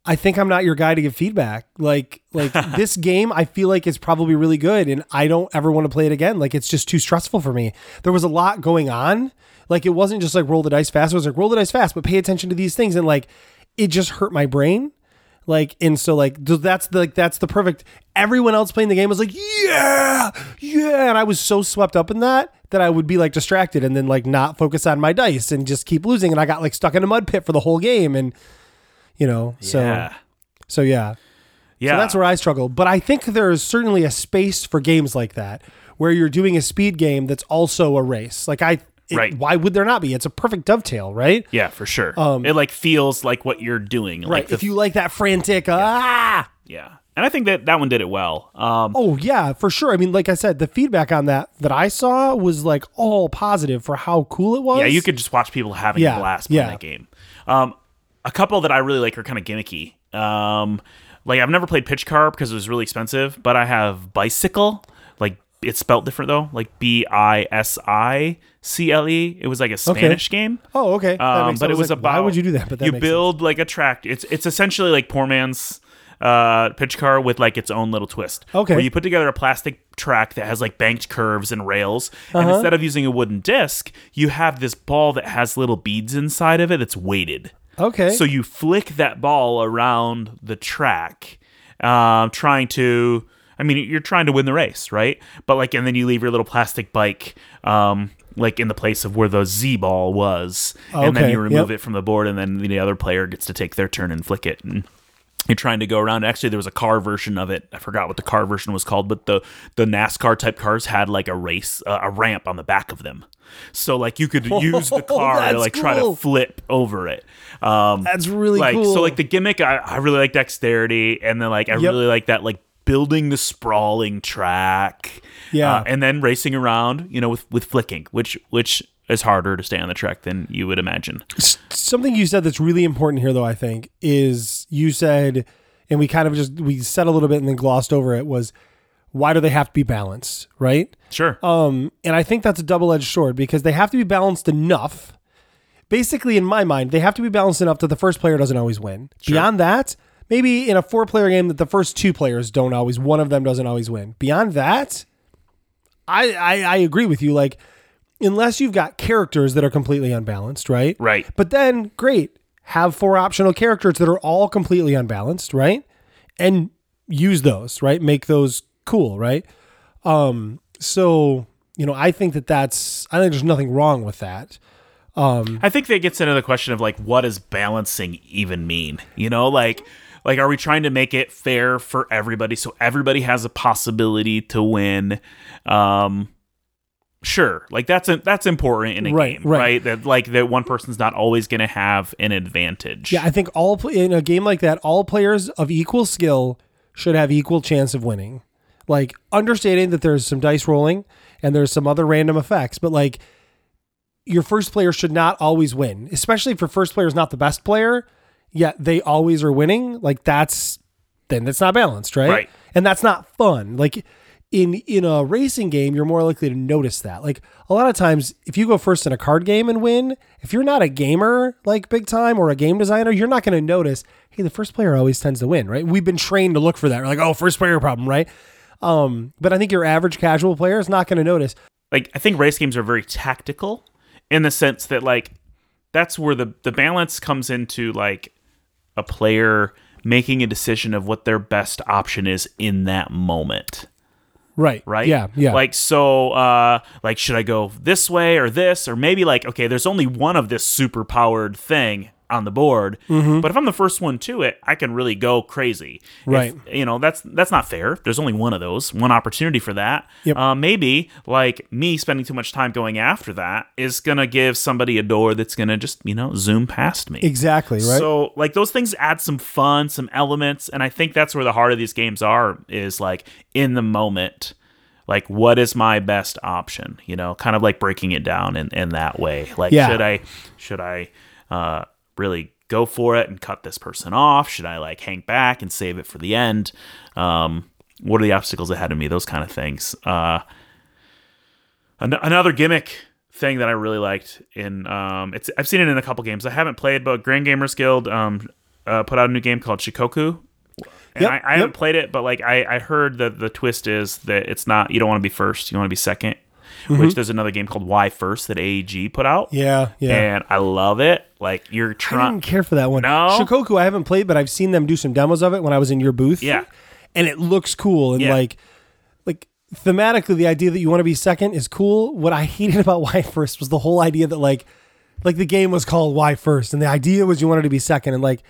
S3: "I think I'm not your guy to give feedback. Like, like this game, I feel like is probably really good, and I don't ever want to play it again. Like, it's just too stressful for me. There was a lot going on. Like, it wasn't just like roll the dice fast. It was like roll the dice fast, but pay attention to these things, and like, it just hurt my brain." Like and so like th- that's the like that's the perfect. Everyone else playing the game was like, yeah, yeah, and I was so swept up in that that I would be like distracted and then like not focus on my dice and just keep losing, and I got like stuck in a mud pit for the whole game, and you know, so
S4: yeah.
S3: so yeah,
S4: yeah.
S3: so that's where I struggle. But I think there is certainly a space for games like that where you're doing a speed game that's also a race. Like I, it-
S4: Right.
S3: why would there not be? It's a perfect dovetail, right?
S4: yeah, for sure. it like feels like what you're doing. Like
S3: Um, Right.
S4: the-
S3: if you like that frantic, ah.
S4: yeah. And I think that that one did it well. Um,
S3: Oh yeah, for sure. I mean, like I said, the feedback on that that I saw was like all positive for how cool it was.
S4: Yeah, you could just watch people having
S3: Yeah,
S4: a blast playing
S3: yeah.
S4: that game. Um, a couple that I really like are kind of gimmicky. Um, like I've never played Pitch Car because it was really expensive, but I have Bicycle. Like it's spelled different though, like B I S I C L E. It was like a Spanish game.
S3: Oh, okay. That
S4: Um,
S3: makes-
S4: but
S3: I
S4: it was
S3: like,
S4: about
S3: why would you do that? But that
S4: you
S3: makes
S4: build like a track. It's it's essentially like poor man's uh, pitch car with like its own little twist.
S3: Okay.
S4: where you put together a plastic track that has like banked curves and rails, and
S3: Uh-huh.
S4: instead of using a wooden disc, you have this ball that has little beads inside of it that's weighted.
S3: sense. okay.
S4: So you flick that ball around the track, um, trying to. I mean, you're trying to win the race, right? But like, and then you leave your little plastic bike, um, like in the place of where the Z ball was, and then
S3: Okay,
S4: you remove
S3: yep.
S4: it from the board, and then the other player gets to take their turn and flick it. And you're trying to go around. Actually, there was a car version of it. I forgot what the car version was called, but the the NASCAR type cars had like a race, uh, a ramp on the back of them. So like you could use the car to
S3: Oh, that's
S4: like try to
S3: cool.
S4: flip over it. Um,
S3: That's really
S4: like
S3: cool.
S4: so like the gimmick. I, I really like dexterity, and then like I really like that like building the sprawling track.
S3: Yeah.
S4: uh, and then racing around, you know, with with flicking, which which is harder to stay on the track than you would imagine.
S3: something you said that's really important here, though. I think is you said, and we kind of just we said a little bit and then glossed over it was why do they have to be balanced, right?
S4: Sure.
S3: Um, and I think that's a double edged sword because they have to be balanced enough. Basically, in my mind, they have to be balanced enough that the first player doesn't always win. Beyond that, maybe in a four player game that the first two players don't always, one of them doesn't always win. Beyond that, I I, I agree with you. Like, unless you've got characters that are completely unbalanced, right?
S4: Right.
S3: But then, great, have four optional characters that are all completely unbalanced, right? And use those, right? Make those cool, right? Um, so you know, I think that that's I think there's nothing wrong with that.
S4: I think that gets into the question of like, what does balancing even mean? You know, like, like are we trying to make it fair for everybody so everybody has a possibility to win? Um, sure, like that's a, that's important in a
S3: Right,
S4: game,
S3: right.
S4: right. That like that one person's not always going to have an advantage.
S3: Yeah, I think all pl- in a game like that, all players of equal skill should have equal chance of winning. Like understanding that there's some dice rolling and there's some other random effects, but like your first player should not always win, especially for first player is not the best player, yet they always are winning. Like that's then that's not balanced, right?
S4: Right.
S3: And that's not fun. Like in in a racing game, you're more likely to notice that. Like a lot of times, if you go first in a card game and win, if you're not a gamer like big time or a game designer, you're not going to notice. Hey, the first player always tends to win, right? We've been trained to look for that. We're like, oh, first player problem, right? Um, but I think your average casual player is not going to notice.
S4: like I think race games are very tactical in the sense that like that's where the the balance comes into like a player making a decision of what their best option is in that moment
S3: Right.
S4: right?
S3: Yeah. Yeah.
S4: Like so, uh, like should I go this way or this or maybe like okay, there's only one of this super powered thing on the board,
S3: Mm-hmm.
S4: but if I'm the first one to it, I can really go crazy, If-
S3: Right.
S4: you know that's that's not fair. There's only one of those, one opportunity for that.
S3: Yep.
S4: Uh, maybe like me spending too much time going after that is gonna give somebody a door that's gonna just you know zoom past me.
S3: exactly. Right.
S4: So like those things add some fun, some elements, and I think that's where the heart of these games are is like in the moment. like what is my best option you know kind of like breaking it down in, in that way like
S3: Yeah.
S4: should i should i uh, really go for it and cut this person off should i like hang back and save it for the end um, what are the obstacles ahead of me those kind of things uh, an- another gimmick thing that I really liked in um, it's I've seen it in a couple games. I haven't played, but Grand Gamers Guild um, uh, put out a new game called Shikoku. And
S3: Yep,
S4: I, I haven't
S3: yep.
S4: played it, but like I, I heard that the twist is that it's not you don't want to be first, you want to be 2nd
S3: Mm-hmm.
S4: Which there's another game called Why First that AEG put out.
S3: Yeah, yeah.
S4: And I love it. Like you're
S3: I
S4: trying
S3: didn't care for that one.
S4: No?
S3: Shikoku, I haven't played, but I've seen them do some demos of it when I was in your booth.
S4: Yeah.
S3: and it looks cool and
S4: Yeah.
S3: like, like thematically, the idea that you want to be second is cool. What I hated about Why First was the whole idea that like, like the game was called Why First, and the idea was you wanted to be second, and like,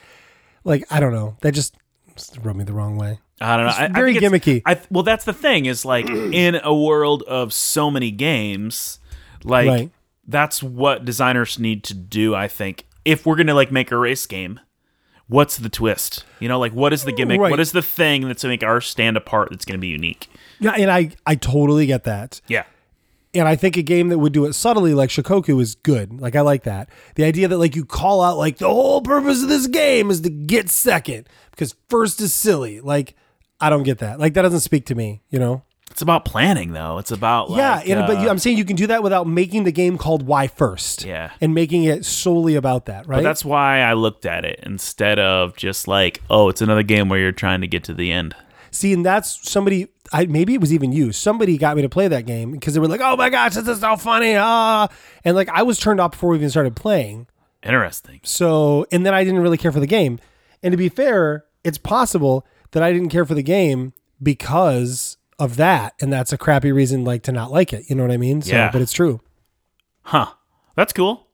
S3: like I don't know, that just, just rubbed me the wrong way.
S4: I don't know. I, I
S3: very
S4: think it's-
S3: gimmicky.
S4: I, well, that's the thing is like in a world of so many games, like
S3: Right.
S4: that's what designers need to do. I think if we're gonna like make a race game, what's the twist? You know, like what is the gimmick?
S3: Right.
S4: What is the thing that's gonna make ours stand apart? That's gonna be unique.
S3: Yeah, and I I totally get that.
S4: Yeah.
S3: and I think a game that would do it subtly like Shikoku is good. Like I like that. The idea that like you call out like the whole purpose of this game is to get second because first is silly. Like I don't get that. Like that doesn't speak to me. You know?
S4: It's about planning, though. It's about like,
S3: yeah. And, but
S4: uh,
S3: you, I'm saying you can do that without making the game called Why First.
S4: Yeah.
S3: And making it solely about that. Right.
S4: But that's why I looked at it instead of just like, oh, it's another game where you're trying to get to the end.
S3: See, and that's somebody. I maybe it was even you. Somebody got me to play that game because they were like, "Oh my gosh, this is so funny!" Ah, and like I was turned off before we even started playing.
S4: Interesting.
S3: So, and then I didn't really care for the game. And to be fair, it's possible that I didn't care for the game because of that, and that's a crappy reason like to not like it. You know what I mean? So,
S4: Yeah.
S3: But it's true.
S4: Huh. That's cool.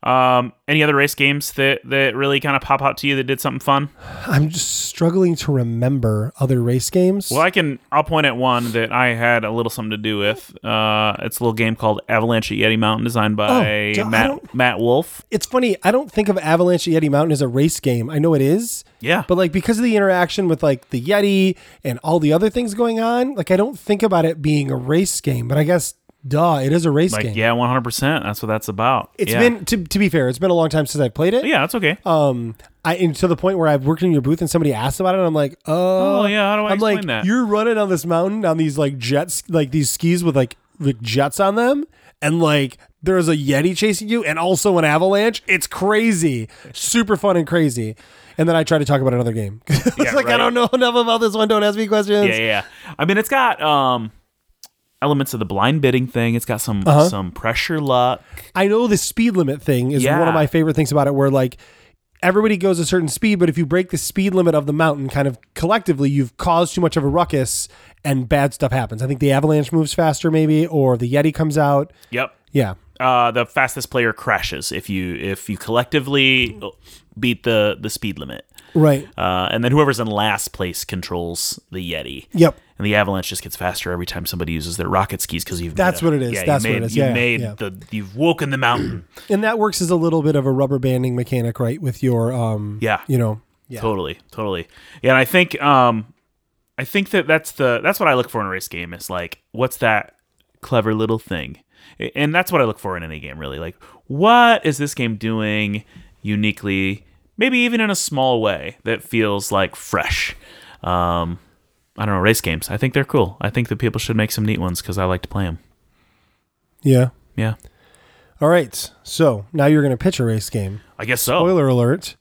S4: Um, any other race games that, that really kind of pop out to you that did something fun?
S3: I'm just struggling to remember other race games.
S4: Well, I can. I'll point at one that I had a little something to do with. Uh, it's a little game called Avalanche at Yeti Mountain, designed by
S3: Oh, duh, I
S4: Matt
S3: don't-
S4: Matt Wolf.
S3: It's funny. I don't think of Avalanche at Yeti Mountain as a race game. I know it is.
S4: Yeah,
S3: But like because of the interaction with like the Yeti and all the other things going on, like I don't think about it being a race game. But I guess, duh, it is a race
S4: like
S3: game.
S4: yeah, one hundred percent. That's what that's about.
S3: It's
S4: It's
S3: been to, to be fair, it's been a long time since I played it.
S4: yeah, that's okay.
S3: um I and to the point where I've worked in your booth and somebody asked about it and I'm like, oh,
S4: Oh, yeah, how do I
S3: I'm
S4: explain
S3: like,
S4: that?
S3: You're running on this mountain on these like jets like these skis with like with jets on them and like there's a Yeti chasing you and also an avalanche. It's crazy. Super fun and crazy. And then I try to talk about another game. it's like
S4: right.
S3: I don't know enough about this one. Don't ask me questions.
S4: yeah, yeah, yeah. I mean, it's got um elements of the blind bidding thing. It's got some
S3: Uh-huh.
S4: some pressure luck.
S3: I know the speed limit thing is
S4: Yeah.
S3: one of my favorite things about it, where like everybody goes a certain speed, but if you break the speed limit of the mountain, kind of collectively, you've caused too much of a ruckus and bad stuff happens. I think the avalanche moves faster, maybe, or the Yeti comes out.
S4: Yep.
S3: Yeah.
S4: uh, the fastest player crashes if you if you collectively beat the the speed limit.
S3: Right.
S4: Uh, and then whoever's in last place controls the Yeti.
S3: Yep.
S4: And the avalanche just gets faster every time somebody uses their rocket skis because you've
S3: That's
S4: made a-
S3: what it is.
S4: Yeah, you
S3: That's what
S4: made-
S3: it is.
S4: You
S3: Yeah,
S4: made
S3: yeah.
S4: the you've woken the mountain.
S3: And that works as a little bit of a rubber banding mechanic, right? With your um
S4: Yeah.
S3: you know. Yeah.
S4: Totally, totally. Yeah, and I think um, I think that that's the that's what I look for in a race game is like what's that clever little thing, A- and that's what I look for in any game really. Like what is this game doing uniquely, maybe even in a small way that feels like fresh. Um, I don't know race games. I think they're cool. I think that people should make some neat ones because I like to play them.
S3: Yeah.
S4: Yeah,
S3: All right. So now you're gonna pitch a race game.
S4: I guess so.
S3: Spoiler alert.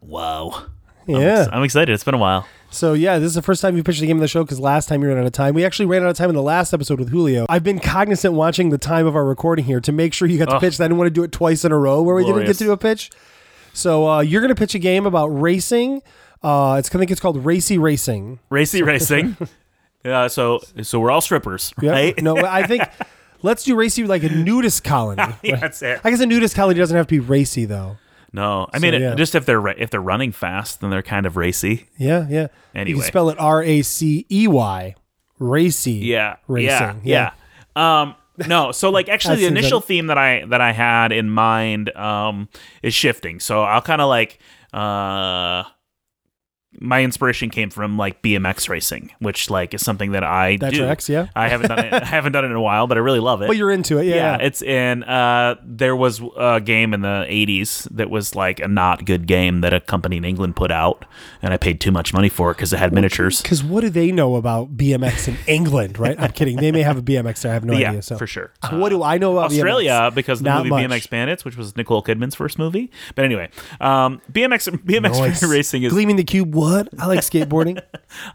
S4: Whoa,
S3: Yeah.
S4: I'm excited. It's been a while.
S3: So yeah, this is the first time you pitched a game of the show because last time you ran out of time. We actually ran out of time in the last episode with Julio. I've been cognizant watching the time of our recording here to make sure you got to pitch. I didn't want to do it twice in a row where we didn't
S4: Glorious.
S3: get to do a pitch. So uh, you're going to pitch a game about racing. Uh, it's I think it's called Racy Racing.
S4: Racy racing. Yeah, so so we're all strippers,
S3: Yeah.
S4: right?
S3: No, I think let's do Racy like a nudist colony.
S4: Yeah, that's it.
S3: I guess a nudist colony doesn't have to be racy though.
S4: No, I mean, it-
S3: yeah.
S4: just if they're ra- if they're running fast, then they're kind of racy.
S3: Yeah, yeah. you
S4: Anyway.
S3: can spell it R A C E Y, racy.
S4: Yeah,
S3: racing.
S4: yeah, yeah. Um, no, so like actually, the
S3: seems
S4: initial theme that I that I had in mind um is shifting. So I'll kind of like uh my inspiration came from like BMX racing, which like is something that I
S3: That
S4: do.
S3: tracks, yeah.
S4: I haven't done it. I haven't done it in a while, but I really love it.
S3: But you're into it, yeah.
S4: yeah, it's in. Uh, there was a game in the '80s that was like a not good game that a company in England put out, and I paid too much money for it because it had miniatures.
S3: Because what do they know about BMX in England, right? I'm kidding. They may have a BMX there. I have no
S4: Yeah,
S3: idea. So
S4: for sure.
S3: Uh, What do I know about
S4: Australia
S3: BMX?
S4: because the
S3: Not
S4: movie
S3: much.
S4: BMX Bandits, which was Nicole Kidman's first movie. But anyway, um, BMX BMX
S3: Nice.
S4: racing is
S3: gleaming the cube. What I like skateboarding.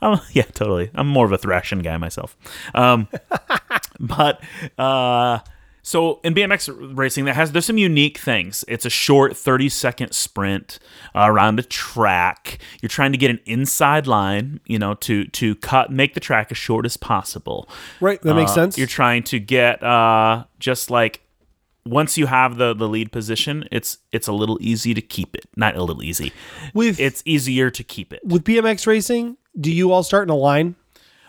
S4: Um, yeah, totally. I'm more of a thrashing guy myself. Um, but uh, so in BMX racing, that has there's some unique things. It's a short 30 second sprint uh, around a track. You're trying to get an inside line, you know, to to cut make the track as short as possible.
S3: Right, that makes
S4: Uh,
S3: sense.
S4: You're trying to get uh, just like once you have the the lead position, it's it's a little easy to keep it. Not a little easy.
S3: With
S4: It's easier to keep it.
S3: with BMX racing, do you all start in a line?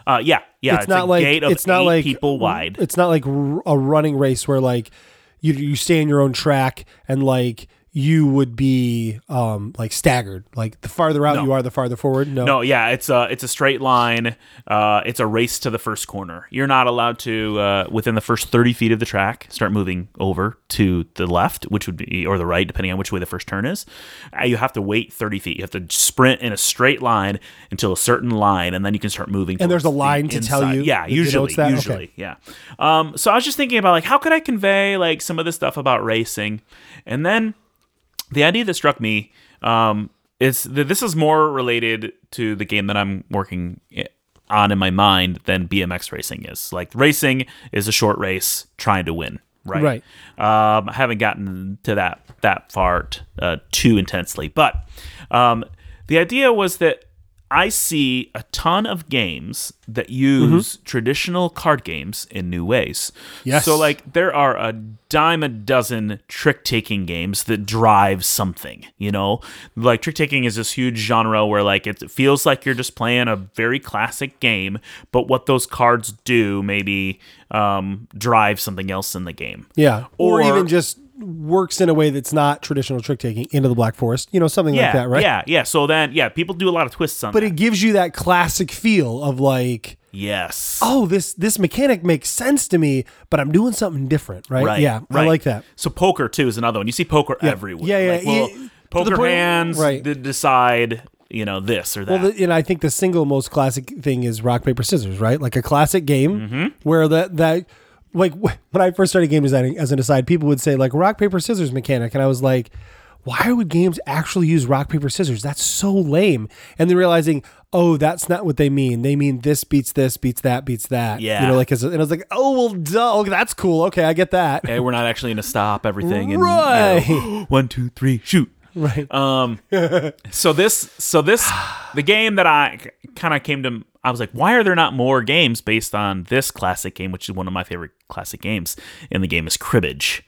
S4: Uh, yeah, yeah. It's, a gate of eight people wide.
S3: It's not like r- a running race where like you you stay in your own track and like you would be um like staggered. Like the farther out you are, the farther forward. No,
S4: No, yeah, it's a it's a straight line. Uh, it's a race to the first corner. You're not allowed to uh, within the first 30 feet of the track start moving over to the left, which would be or the right, depending on which way the first turn is. Uh, you have to wait 30 feet. You have to sprint in a straight line until a certain line, and then you can start moving.
S3: And there's
S4: towards
S3: a
S4: the
S3: line to tell
S4: inside.
S3: you
S4: Yeah,
S3: that denotes
S4: usually,
S3: that? Okay.
S4: usually, yeah. Um, so I was just thinking about like how could I convey like some of this stuff about racing, and then the idea that struck me um, is that this is more related to the game that I'm working i- on in my mind than BMX racing is. Like racing is a short race trying to win, right? Right. Um, I haven't gotten to that that part uh, too intensely, but um, the idea was that I see a ton of games that use traditional card games in new ways.
S3: Yes.
S4: So like there are a dime a dozen trick taking games that drive something, you know? Like trick taking is this huge genre where like it feels like you're just playing a very classic game, but what those cards do maybe um, drive something else in the game.
S3: yeah, or,
S4: Or-
S3: even just works in a way that's not traditional trick taking into the Black Forest. You know, something
S4: Yeah,
S3: like that, right?
S4: yeah, yeah. So then, yeah, people do a lot of twists on
S3: But
S4: that.
S3: it gives you that classic feel of like,
S4: yes.
S3: oh, this this mechanic makes sense to me, but I'm doing something different, right?
S4: Right.
S3: yeah, I
S4: right.
S3: like that.
S4: So poker too is another one. You see poker everywhere.
S3: Yeah, yeah,
S4: Like, well,
S3: yeah. To
S4: poker
S3: the point-
S4: hands
S3: right.
S4: d- decide you know this or that.
S3: Well, the, and I think the single most classic thing is rock paper scissors, right? Like a classic game
S4: Mm-hmm.
S3: where that that like wh- when I first started game designing, as an aside, people would say like rock paper scissors mechanic, and I was like, why would games actually use rock paper scissors? That's so lame. And then realizing, oh, that's not what they mean. They mean this beats this beats that beats that. you
S4: Yeah.
S3: know, like as a, and I was like, oh well, duh, Okay, that's cool. Okay, I get that.
S4: hey, we're not actually going to stop everything. And,
S3: Right.
S4: You know, one, two, three, shoot.
S3: Right.
S4: Um. so this, so this, the game that I kind of came to, I was like, why are there not more games based on this classic game, which is one of my favorite classic games? And the game is cribbage.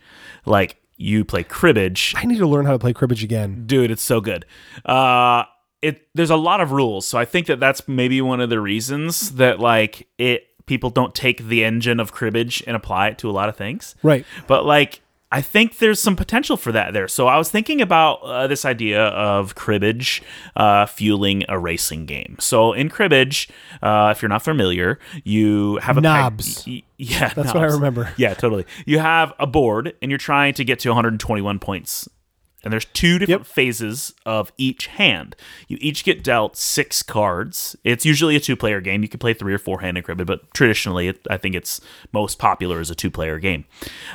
S4: Like you play cribbage,
S3: I need to learn how to play cribbage again.
S4: dude it's so good uh it there's a lot of rules so i think that that's maybe one of the reasons that like it people don't take the engine of cribbage and apply it to a lot of things
S3: Right.
S4: but like I think there's some potential for that there. So I was thinking about uh, this idea of cribbage uh, fueling a racing game. So in cribbage, uh, if you're not familiar, you have a peg-
S3: Knobs.
S4: y- yeah,
S3: That's what I
S4: knobs.
S3: remember.
S4: Yeah, totally. You have a board and you're trying to get to 121 points. And there's two different phases of each hand. You each get dealt six cards. It's usually a two player game. You can play three or four handed cribbage, but traditionally, it, I think it's most popular as a two player game.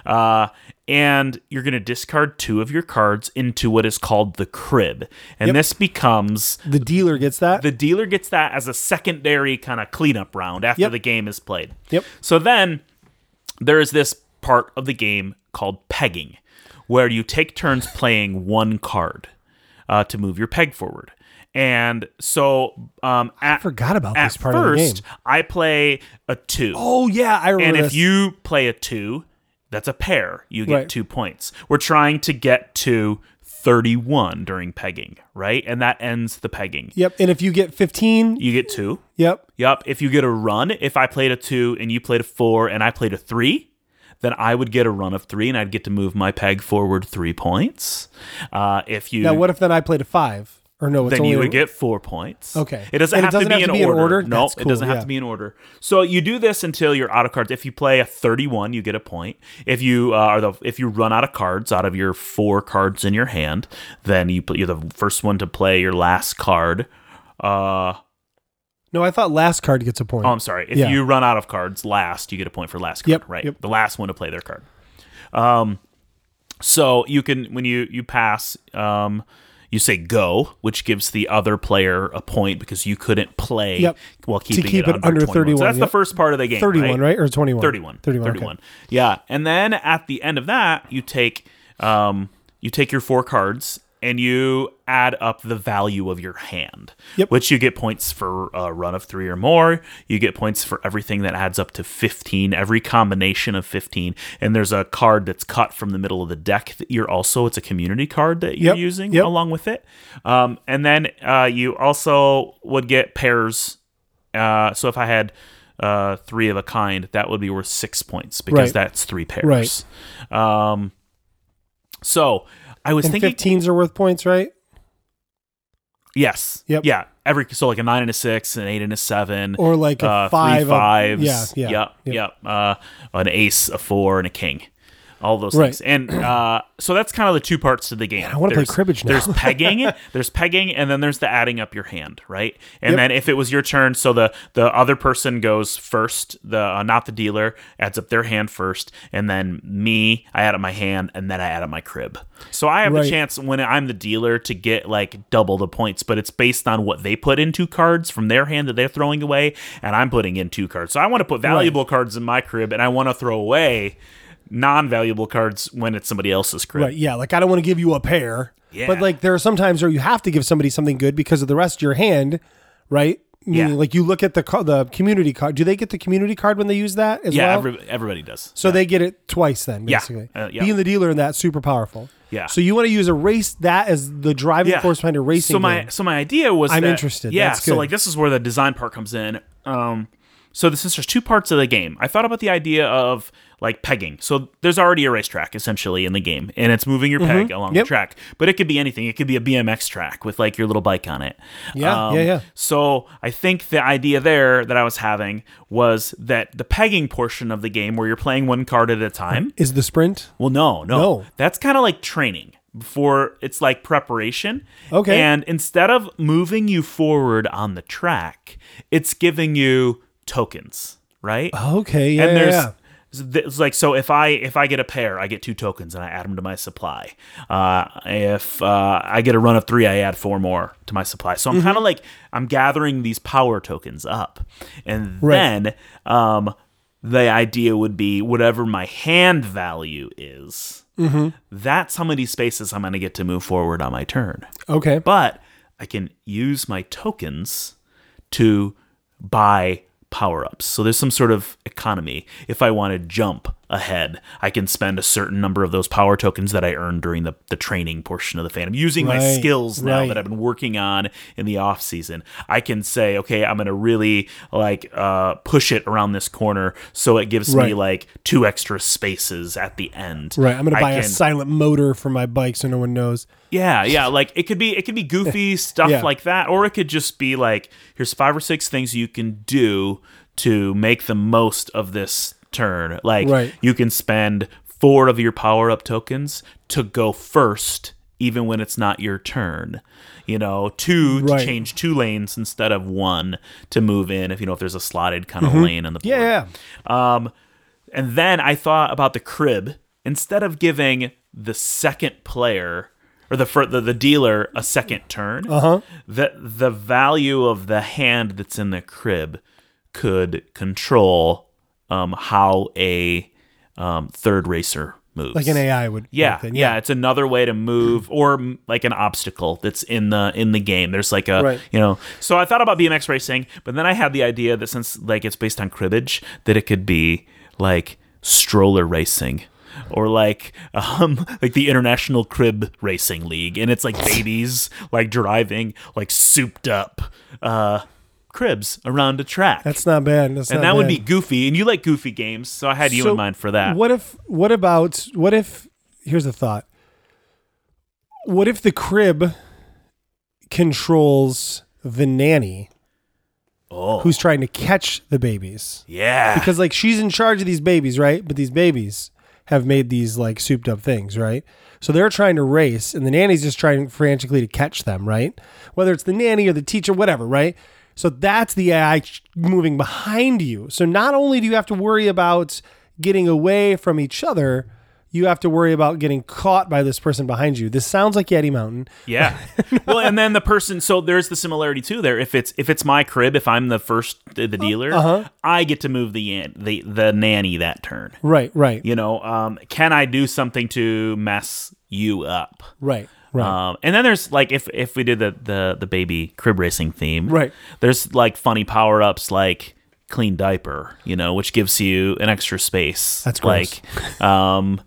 S4: Uh, and you're going to discard two of your cards into what is called the crib. And this becomes
S3: The dealer gets that.
S4: the dealer gets that as a secondary kind of cleanup round after
S3: Yep.
S4: the game is played.
S3: Yep.
S4: So then there is this part of the game called pegging, where you take turns playing one card uh, to move your peg forward. And so, um, at, I
S3: forgot about
S4: at
S3: this part of the
S4: first,
S3: game.
S4: I play a two.
S3: oh yeah, I remember.
S4: And
S3: this.
S4: if you play a two, that's a pair. You get
S3: Right.
S4: two points. We're trying to get to 31 during pegging, right? And that ends the pegging.
S3: Yep. And if you get 15,
S4: You get two.
S3: yep.
S4: Yep. If you get a run, if I played a two and you played a four and I played a three, then I would get a run of three and I'd get to move my peg forward three points. Uh, if you
S3: Now, what if then I played a five Or no, it's
S4: then
S3: only
S4: you
S3: a-
S4: would get four points.
S3: Okay.
S4: It doesn't,
S3: And it
S4: have,
S3: doesn't
S4: to be,
S3: have to
S4: in,
S3: be in
S4: order.
S3: order?
S4: No,
S3: That's
S4: it doesn't
S3: cool,
S4: have
S3: yeah.
S4: to be in order. So you do this until you're out of cards. If you play a 31, you get a point. If you uh, are the if you run out of cards out of your four cards in your hand, then you pl- you're the first one to play your last card. Uh,
S3: No, I thought last card gets a point.
S4: oh, I'm sorry. If
S3: Yeah.
S4: you run out of cards last, you get a point for last card.
S3: Yep,
S4: right.
S3: yep.
S4: The last one to play their card. Um, so you can when you you pass, um, you say go, which gives the other player a point because you couldn't play
S3: Yep.
S4: while
S3: To
S4: keeping
S3: keep
S4: it,
S3: it under
S4: 21.
S3: 31,
S4: So that's
S3: yep.
S4: the first part of the game.
S3: 31, right? Or 21?
S4: 31
S3: 31. okay.
S4: yeah and then at the end of that you take um you take your four cards and you add up the value of your hand
S3: Yep.
S4: which you get points for a run of three or more you get points for everything that adds up to 15 every combination of 15 and there's a card that's cut from the middle of the deck that you're also it's a community card that you're
S3: Yep,
S4: using
S3: yep.
S4: along with it um, and then uh, you also would get pairs uh, so if I had uh, three of a kind, that would be worth six points because
S3: Right.
S4: that's three pairs.
S3: Right.
S4: Um, so I was
S3: And
S4: thinking,
S3: 15s are worth points, right?
S4: yes,
S3: Yep.
S4: yeah, every so like a nine and a six, an eight and a seven,
S3: Or like a
S4: uh,
S3: five
S4: three
S3: of-
S4: fives,
S3: yeah, yeah,
S4: yep,
S3: yep.
S4: yep, uh, an ace, a four, and a king. All those
S3: Right.
S4: things, and uh, so that's kind of the two parts to the game.
S3: I wanna play
S4: There's-
S3: cribbage now.
S4: There's pegging, there's pegging, and then there's the adding up your hand, right? And then if it was your turn, so the the other person goes first, the uh, not the dealer adds up their hand first, and then me, I add up my hand, and then I add up my crib. So I have
S3: Right.
S4: the chance when I'm the dealer to get like double the points, but it's based on what they put into cards from their hand that they're throwing away, and I'm putting in two cards. So I want to put valuable cards in my crib, and I want to throw away non-valuable cards when it's somebody else's crib.
S3: Right. Yeah. Like I don't want to give you a pair.
S4: Yeah.
S3: But like there are some times where you have to give somebody something good because of the rest of your hand, right? Meaning,
S4: Yeah.
S3: Like you look at the ca- the community card. Do they get the community card when they use that as
S4: Yeah,
S3: well?
S4: every, everybody does.
S3: so they get it twice then,
S4: Yeah.
S3: basically.
S4: Uh, yeah.
S3: Being the dealer in that super powerful.
S4: Yeah.
S3: So you want to use a race that as the driving force behind a racing.
S4: So my
S3: game.
S4: so my idea was
S3: I'm
S4: that-
S3: interested.
S4: Yeah,
S3: That's
S4: so
S3: good.
S4: like this is where the design part comes in. Um, so the, since there's two parts of the game, I thought about the idea of like pegging. So there's already a racetrack essentially in the game, and it's moving your peg along
S3: Mm-hmm. Yep.
S4: the track. But it could be anything. It could be a BMX track with like your little bike on it. Um,
S3: Yeah, yeah, yeah.
S4: So I think the idea there that I was having was that the pegging portion of the game, where you're playing one card at a time,
S3: is the sprint.
S4: well, no, no.
S3: No.
S4: That's kind of like training before it's like preparation.
S3: Okay.
S4: And instead of moving you forward on the track, it's giving you tokens, right?
S3: Okay. Yeah.
S4: and
S3: yeah,
S4: there's
S3: yeah.
S4: so th- it's like so if I if I get a pair, I get two tokens and I add them to my supply. Uh, if uh, I get a run of three, I add four more to my supply. So I'm
S3: Mm-hmm.
S4: kind of like I'm gathering these power tokens up, and then um, the idea would be whatever my hand value is.
S3: Mm-hmm.
S4: That's how many spaces I'm going to get to move forward on my turn
S3: Okay.
S4: but I can use my tokens to buy power ups. So there's some sort of economy. If I want to jump ahead, I can spend a certain number of those power tokens that I earned during the, the training portion of the fan. I'm using my
S3: Right,
S4: skills now
S3: right.
S4: that I've been working on in the off season. I can say, okay, I'm gonna really like uh, push it around this corner so it gives me
S3: Right.
S4: like two extra spaces at the end.
S3: Right. I'm gonna
S4: I
S3: buy a
S4: can-
S3: silent motor for my bike so no one knows.
S4: yeah, yeah. Like it could be it could be goofy stuff
S3: Yeah.
S4: like that, or it could just be like here's five or six things you can do to make the most of this turn. Like
S3: Right.
S4: you can spend four of your power up tokens to go first, even when it's not your turn. You know, two
S3: Right.
S4: to change two lanes instead of one to move in. If you know if there's a slotted kind of lane on the
S3: Mm-hmm. Yeah.
S4: board.
S3: yeah.
S4: Um, and then I thought about the crib. Instead of giving the second player or the fir- the, the dealer a second turn, uh-huh. the the value of the hand that's in the crib could control um, how a um, third racer moves.
S3: Like an AI would.
S4: Yeah,
S3: would think.
S4: yeah, it's another way to move, or mm, like an obstacle that's in the in the game. There's like a
S3: Right.
S4: you know. So I thought about BMX racing, but then I had the idea that since like it's based on cribbage, that it could be like stroller racing. Or like, um, like the International Crib Racing League, and it's like babies like driving like souped up uh, cribs around a track,
S3: That's not bad. That's
S4: and
S3: not
S4: that would
S3: bad.
S4: be goofy. And you like goofy games, so I had you
S3: So
S4: in mind for that.
S3: What if? What about? What if? Here's a thought. What if the crib controls the nanny
S4: Oh,
S3: who's trying to catch the babies
S4: yeah.
S3: because like she's in charge of these babies, right? But these babies have made these like souped up things, right? So they're trying to race, and the nanny's just trying frantically to catch them, right? Whether it's the nanny or the teacher, whatever, right? So that's the AI ch- moving behind you. So not only do you have to worry about getting away from each other, you have to worry about getting caught by this person behind you. This sounds like Yeti Mountain.
S4: Yeah. well, and then the person. So there's the similarity too. There, if it's if it's my crib, if I'm the first the the dealer, I get to move the an- the the nanny that turn.
S3: Right, right,
S4: You know, um, can I do something to mess you up?
S3: right, right.
S4: Um, and then there's like if if we did the the the baby crib racing theme,
S3: Right.
S4: There's like funny power ups like clean diaper, you know, which gives you an extra space.
S3: That's gross.
S4: like, um,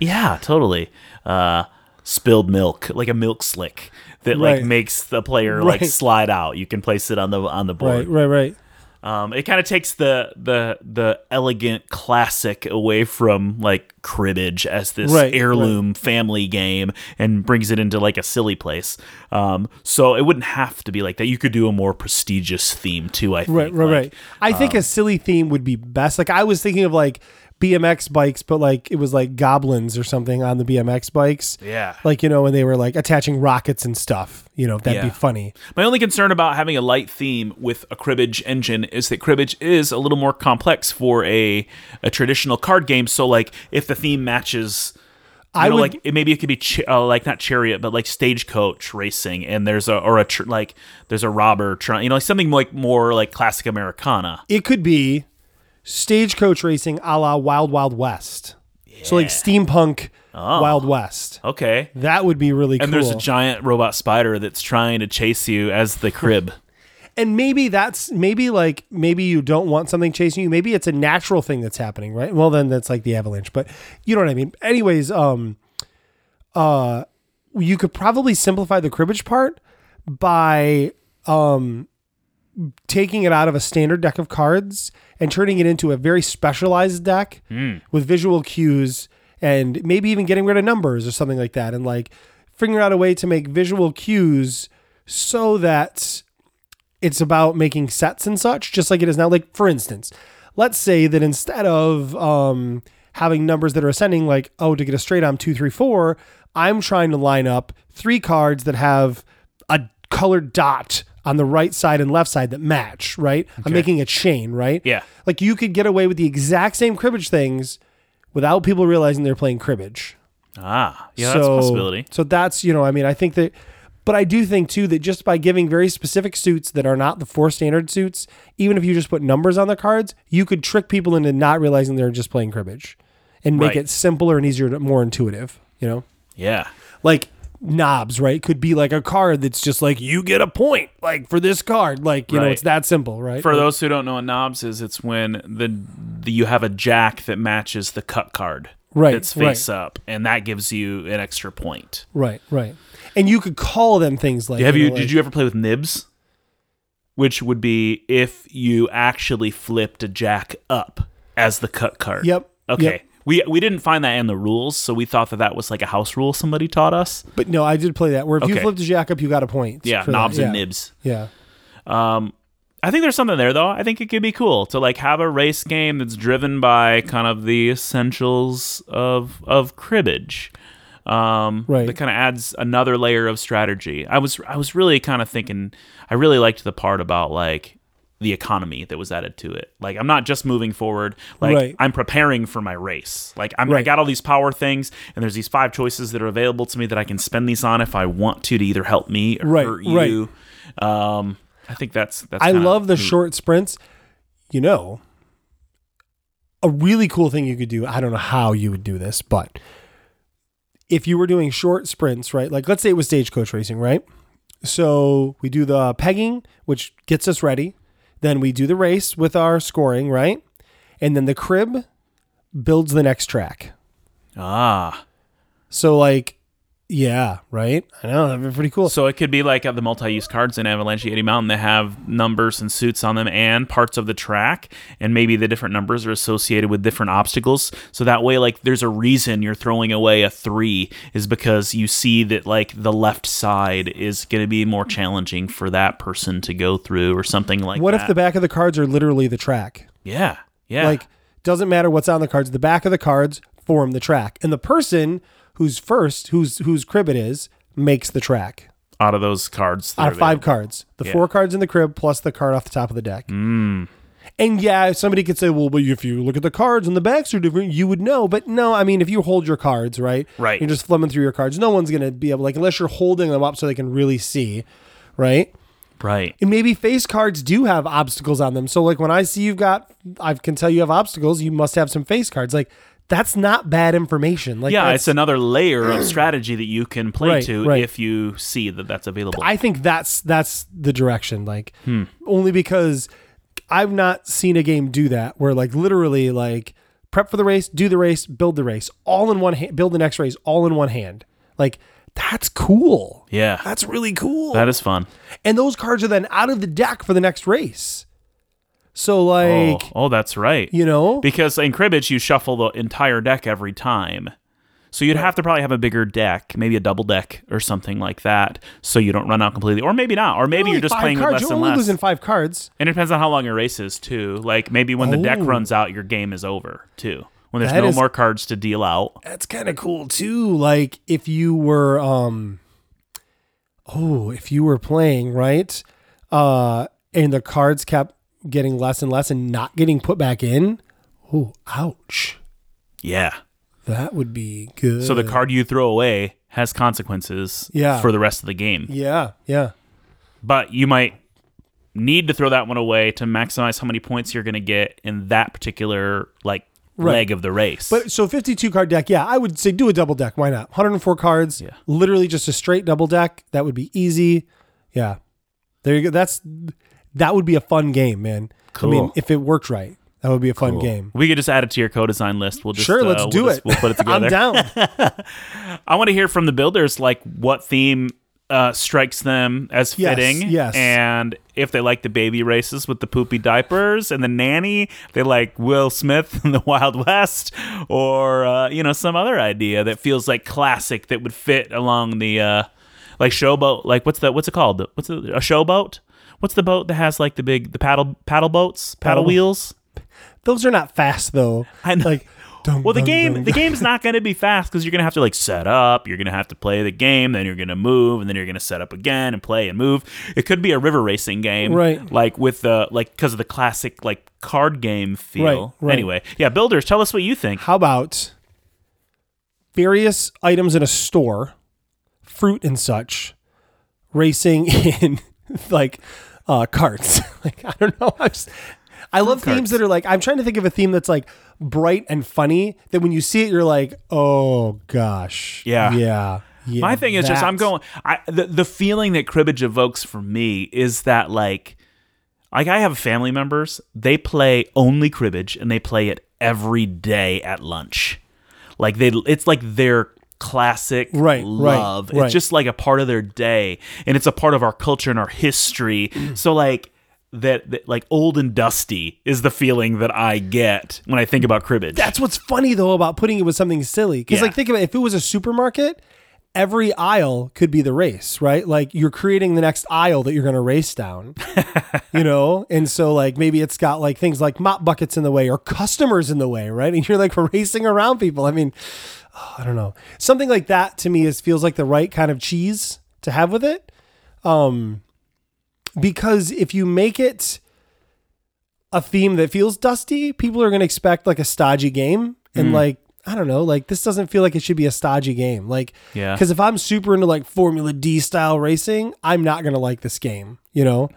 S4: yeah, totally. Uh, spilled milk, like a milk slick that
S3: Right.
S4: like makes the player
S3: Right.
S4: like slide out. You can place it on the on the board.
S3: right, right, right.
S4: Um, it kind of takes the the the elegant classic away from like cribbage as this
S3: Right,
S4: heirloom family game and brings it into like a silly place. Um, so it wouldn't have to be like that. You could do a more prestigious theme too. I think.
S3: Right, right,
S4: Like, um,
S3: right. I think a silly theme would be best. Like I was thinking of like BMX bikes, but like it was like goblins or something on the BMX bikes.
S4: Yeah.
S3: Like, you know, when they were like attaching rockets and stuff, you know, that'd be
S4: Yeah.
S3: funny.
S4: My only concern about having a light theme with a cribbage engine is that cribbage is a little more complex for a a traditional card game. So like if the theme matches. You
S3: I
S4: know,
S3: would-
S4: like it, maybe it could be ch- uh, like not chariot, but like stagecoach racing, and there's a or a tr- like there's a robber trying, you know, like something like more like classic Americana.
S3: It could be stagecoach racing a la Wild Wild West. So like steampunk Wild West.
S4: Okay,
S3: That would be really
S4: Oh. and
S3: cool.
S4: there's a giant robot spider that's trying to chase you as the crib.
S3: and maybe that's maybe like maybe you don't want something chasing you maybe it's a natural thing that's happening right well then that's like the avalanche but you know what i mean anyways um uh you could probably simplify the cribbage part by um taking it out of a standard deck of cards and turning it into a very specialized deck with visual cues and maybe even getting rid of numbers or something like that and like figuring out a way to make visual cues so that it's about making sets and such, just like it is now. Like for instance, let's say that instead of um, having numbers that are ascending, like oh, to get a straight, I'm two, three, four. I'm trying to line up three cards that have a colored dot on the right side and left side that match. Right, I'm making a chain. Right.
S4: Yeah.
S3: Like you could get away with the exact same cribbage things without people realizing they're playing cribbage
S4: Ah, yeah, that's a possibility.
S3: so that's you know, I mean, I think that, but I do think too that just by giving very specific suits that are not the four standard suits, even if you just put numbers on the cards, you could trick people into not realizing they're just playing cribbage, and make
S4: Right.
S3: it simpler and easier, to, more intuitive. You know,
S4: Yeah,
S3: like knobs, right? Could be like a card that's just like you get a point, like for this card, like you know,
S4: Right.
S3: it's that simple, right?
S4: For those who don't know what knobs is, it's when the, the you have a jack that matches the cut card.
S3: Right,
S4: That's face up, and that gives you an extra point.
S3: right, right, and you could call them things like
S4: Have
S3: you
S4: you
S3: know, like-
S4: did you ever play with nibs? Which would be if you actually flipped a jack up as the cut card.
S3: Yep,
S4: Okay.
S3: yep.
S4: We, we didn't find that in the rules, so we thought that that was like a house rule somebody taught us.
S3: But no, I did play that where if you
S4: Okay.
S3: flipped a jack up, you got a point.
S4: Yeah,
S3: for that.
S4: knobs and
S3: Yeah.
S4: nibs.
S3: Yeah.
S4: I think there's something there though. I think it could be cool to like have a race game that's driven by kind of the essentials of of cribbage. Um,
S3: Right.
S4: That kind of adds another layer of strategy. I was I was really kind of thinking. I really liked the part about like the economy that was added to it. Like I'm not just moving forward. Like
S3: Right.
S4: I'm preparing for my race. Like I'm, I
S3: Right.
S4: got all these power things, and there's these five choices that are available to me that I can spend these on if I want to to either help me or
S3: Right,
S4: hurt
S3: right.
S4: you. Um, I think that's that's.
S3: I
S4: kinda mm.
S3: love the
S4: neat.
S3: short sprints. You know, a really cool thing you could do. I don't know how you would do this, but if you were doing short sprints, right? Like let's say it was stagecoach racing, right? So we do the pegging, which gets us ready. Then we do the race with our scoring, right? And then the crib builds the next track.
S4: Ah,
S3: So like Yeah, right. I know that'd be pretty cool.
S4: So it could be like at the multi-use cards in Avalanche Yeti Mountain that have numbers and suits on them and parts of the track, and maybe the different numbers are associated with different obstacles. So that way, like, there's a reason you're throwing away a three is because you see that like the left side is going to be more challenging for that person to go through or something like.
S3: what
S4: that.
S3: if the back of the cards are literally the track?
S4: yeah yeah
S3: Like, doesn't matter what's on the cards. The back of the cards form the track, and the person who's first, whose whose crib it is, makes the track.
S4: out of those cards that
S3: Out
S4: are
S3: of five
S4: available.
S3: cards, the four cards in the crib plus the card off the top of the deck. And yeah, somebody could say, well, but if you look at the cards and the backs are different, you would know. But no, I mean, if you hold your cards, right?
S4: Right.
S3: You're just flipping through your cards. No one's going to be able, like, unless you're holding them up so they can really see, right?
S4: right
S3: And maybe face cards do have obstacles on them. So like when I see you've got, I can tell you have obstacles. You must have some face cards. Like that's not bad information. Like
S4: yeah
S3: that's-
S4: it's another layer of strategy that you can play
S3: Right,
S4: to
S3: right.
S4: if you see that that's available
S3: I think that's that's the direction. Like
S4: Hmm.
S3: only because I've not seen a game do that where like literally like prep for the race, do the race, build the race, all in one hand, build the next race, all in one hand. Like that's cool.
S4: yeah
S3: That's really cool.
S4: that is fun
S3: and those cards are then out of the deck for the next race. So like
S4: oh, oh that's right
S3: you know
S4: Because in cribbage, you shuffle the entire deck every time. So you'd have to probably have a bigger deck, maybe a double deck or something like that, so you don't run out completely. Or maybe not. Or maybe you're
S3: only
S4: just
S3: five
S4: playing with
S3: cards.
S4: less
S3: you're
S4: and
S3: only
S4: less.
S3: losing five cards.
S4: and it depends on how long your race is, too. Like maybe when the deck
S3: Oh.
S4: runs out, your game is over, too. When there's
S3: That
S4: no
S3: is-
S4: more cards to deal out.
S3: That's kind of cool too. Like if you were, um, oh, if you were playing right, uh, and the cards kept getting less and less and not getting put back in. Oh, ouch!
S4: Yeah.
S3: That would be good.
S4: So the card you throw away has consequences
S3: Yeah.
S4: for the rest of the game.
S3: yeah, yeah,
S4: But you might need to throw that one away to maximize how many points you're going to get in that particular like
S3: Right.
S4: leg of the race.
S3: but so fifty-two card deck. Yeah, I would say do a double deck. Why not? One hundred and four cards.
S4: Yeah.
S3: literally just a straight double deck. That would be easy. Yeah, there you go. That's that would be a fun game, man. I mean,
S4: Cool.
S3: if it worked right, that would be a fun game.
S4: We could just add it to your co-design list. We'll just
S3: Sure, let's
S4: uh, we'll
S3: do
S4: just-
S3: it.
S4: we'll put it together.
S3: I'm down.
S4: I want to hear from the builders, like what theme uh, strikes them as
S3: Yes,
S4: fitting,
S3: yes.
S4: and if they like the baby races with the poopy diapers and the nanny, if they like Will Smith and the Wild West, or uh, you know some other idea that feels like classic that would fit along the uh, like showboat. Like what's the what's it called? What's the, a showboat? What's the boat that has like the big the paddle paddle boats paddle
S3: Paddle-
S4: wheels?
S3: Those are not fast though.
S4: I know.
S3: Like, dum,
S4: Well, the
S3: dum,
S4: game
S3: dum,
S4: the
S3: dum.
S4: game's not going to be fast because you're going to have to like set up. You're going to have to play the game, then you're going to move, and then you're going to set up again and play and move. It could be a river racing game,
S3: Right.
S4: Like with the like because of the classic like card game feel.
S3: Right, right.
S4: Anyway, yeah, builders, tell us what you think.
S3: How about various items in a store, fruit and such, racing in like uh, carts? like I don't know. I just I love themes that are like I'm trying to think of a theme that's like bright and funny that when you see it you're like, "Oh gosh."
S4: Yeah.
S3: Yeah. Yeah.
S4: My thing is just I'm
S3: that's-
S4: going. I the, the feeling that cribbage evokes for me is that like like I have family members they play only cribbage and they play it every day at lunch. Like they it's like their classic
S3: Right, right,
S4: love.
S3: right.
S4: It's just like a part of their day and it's a part of our culture and our history.
S3: Mm.
S4: so like that, that like old and dusty is the feeling that I get when I think about cribbage.
S3: That's what's funny though about putting it with something silly. Because
S4: Yeah.
S3: like think about it, if it was a supermarket, every aisle could be the race, right? Like you're creating the next aisle that you're gonna race down. you know? And so like maybe it's got like things like mop buckets in the way or customers in the way, right? And you're like racing around people. I mean, oh, I don't know. Something like that to me is feels like the right kind of cheese to have with it. Um because if you make it a theme that feels dusty, people are going to expect like a stodgy game.
S4: Mm.
S3: And like, I don't know, like this doesn't feel like it should be a stodgy game. Like,
S4: Yeah.
S3: Because if I'm super into like Formula D style racing, I'm not going to like this game, you know?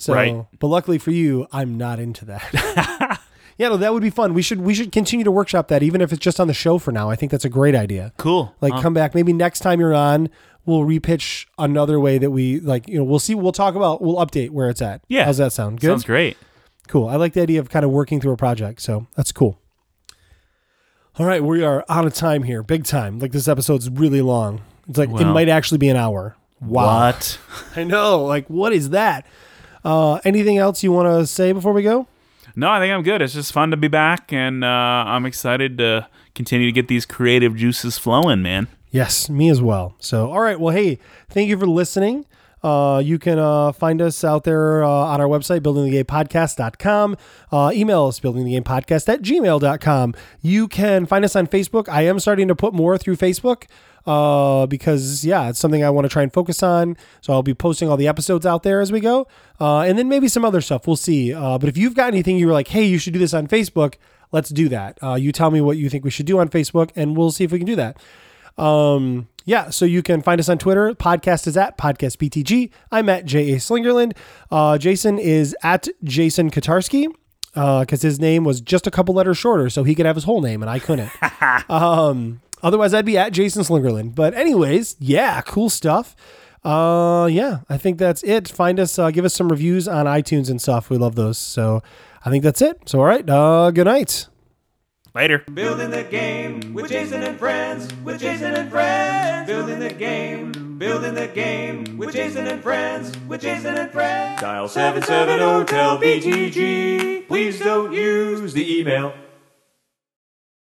S3: So,
S4: Right.
S3: but luckily for you, I'm not into that. yeah, no, that would be fun. We should, we should continue to workshop that, even if it's just on the show for now. I think that's a great idea.
S4: cool.
S3: Like, come back. Maybe next time you're on, we'll repitch another way that we like, you know, we'll see, we'll talk about, we'll update where it's at.
S4: Yeah.
S3: How's that sound? Good.
S4: sounds great.
S3: Cool. I like the idea of kind of working through a project. So that's cool. All right. We are out of time here, big time. Like this episode's really long. It's like it
S4: Wow.
S3: might actually be an hour. Wow.
S4: What?
S3: I know. Like, what is that? Uh, anything else you want to say before we go?
S4: No, I think I'm good. It's just fun to be back, and uh, I'm excited to continue to get these creative juices flowing, man.
S3: Yes, me as well. So, all right. Well, hey, thank you for listening. Uh, you can uh, find us out there uh, on our website, buildingthegaypodcast.com. Uh, email us, buildingthegamepodcast at gmail.com. You can find us on Facebook. I am starting to put more through Facebook uh, because, yeah, it's something I want to try and focus on. So I'll be posting all the episodes out there as we go. Uh, and then maybe some other stuff. We'll see. Uh, but if you've got anything you were like, hey, you should do this on Facebook, let's do that. Uh, you tell me what you think we should do on Facebook, and we'll see if we can do that. Um, yeah, so you can find us on Twitter. Podcast is at Podcast PTG. I'm at J.A. Slingerland. Uh, Jason is at Jason Katarski because his name was just a couple letters shorter, so he could have his whole name, and I couldn't. um, otherwise, I'd be at Jason Slingerland. But, anyways, yeah, cool stuff. Uh, yeah, I think that's it. Find us, uh, give us some reviews on iTunes and stuff. We love those. So, I think that's it. So, all right, uh, good night.
S4: Later.
S1: Building the game with Jason and friends, with Jason and friends. Building the game, building the game with Jason and friends, with Jason and
S2: oh,
S1: oh, friends. Dial 770 tell BTG. Please don't use the email.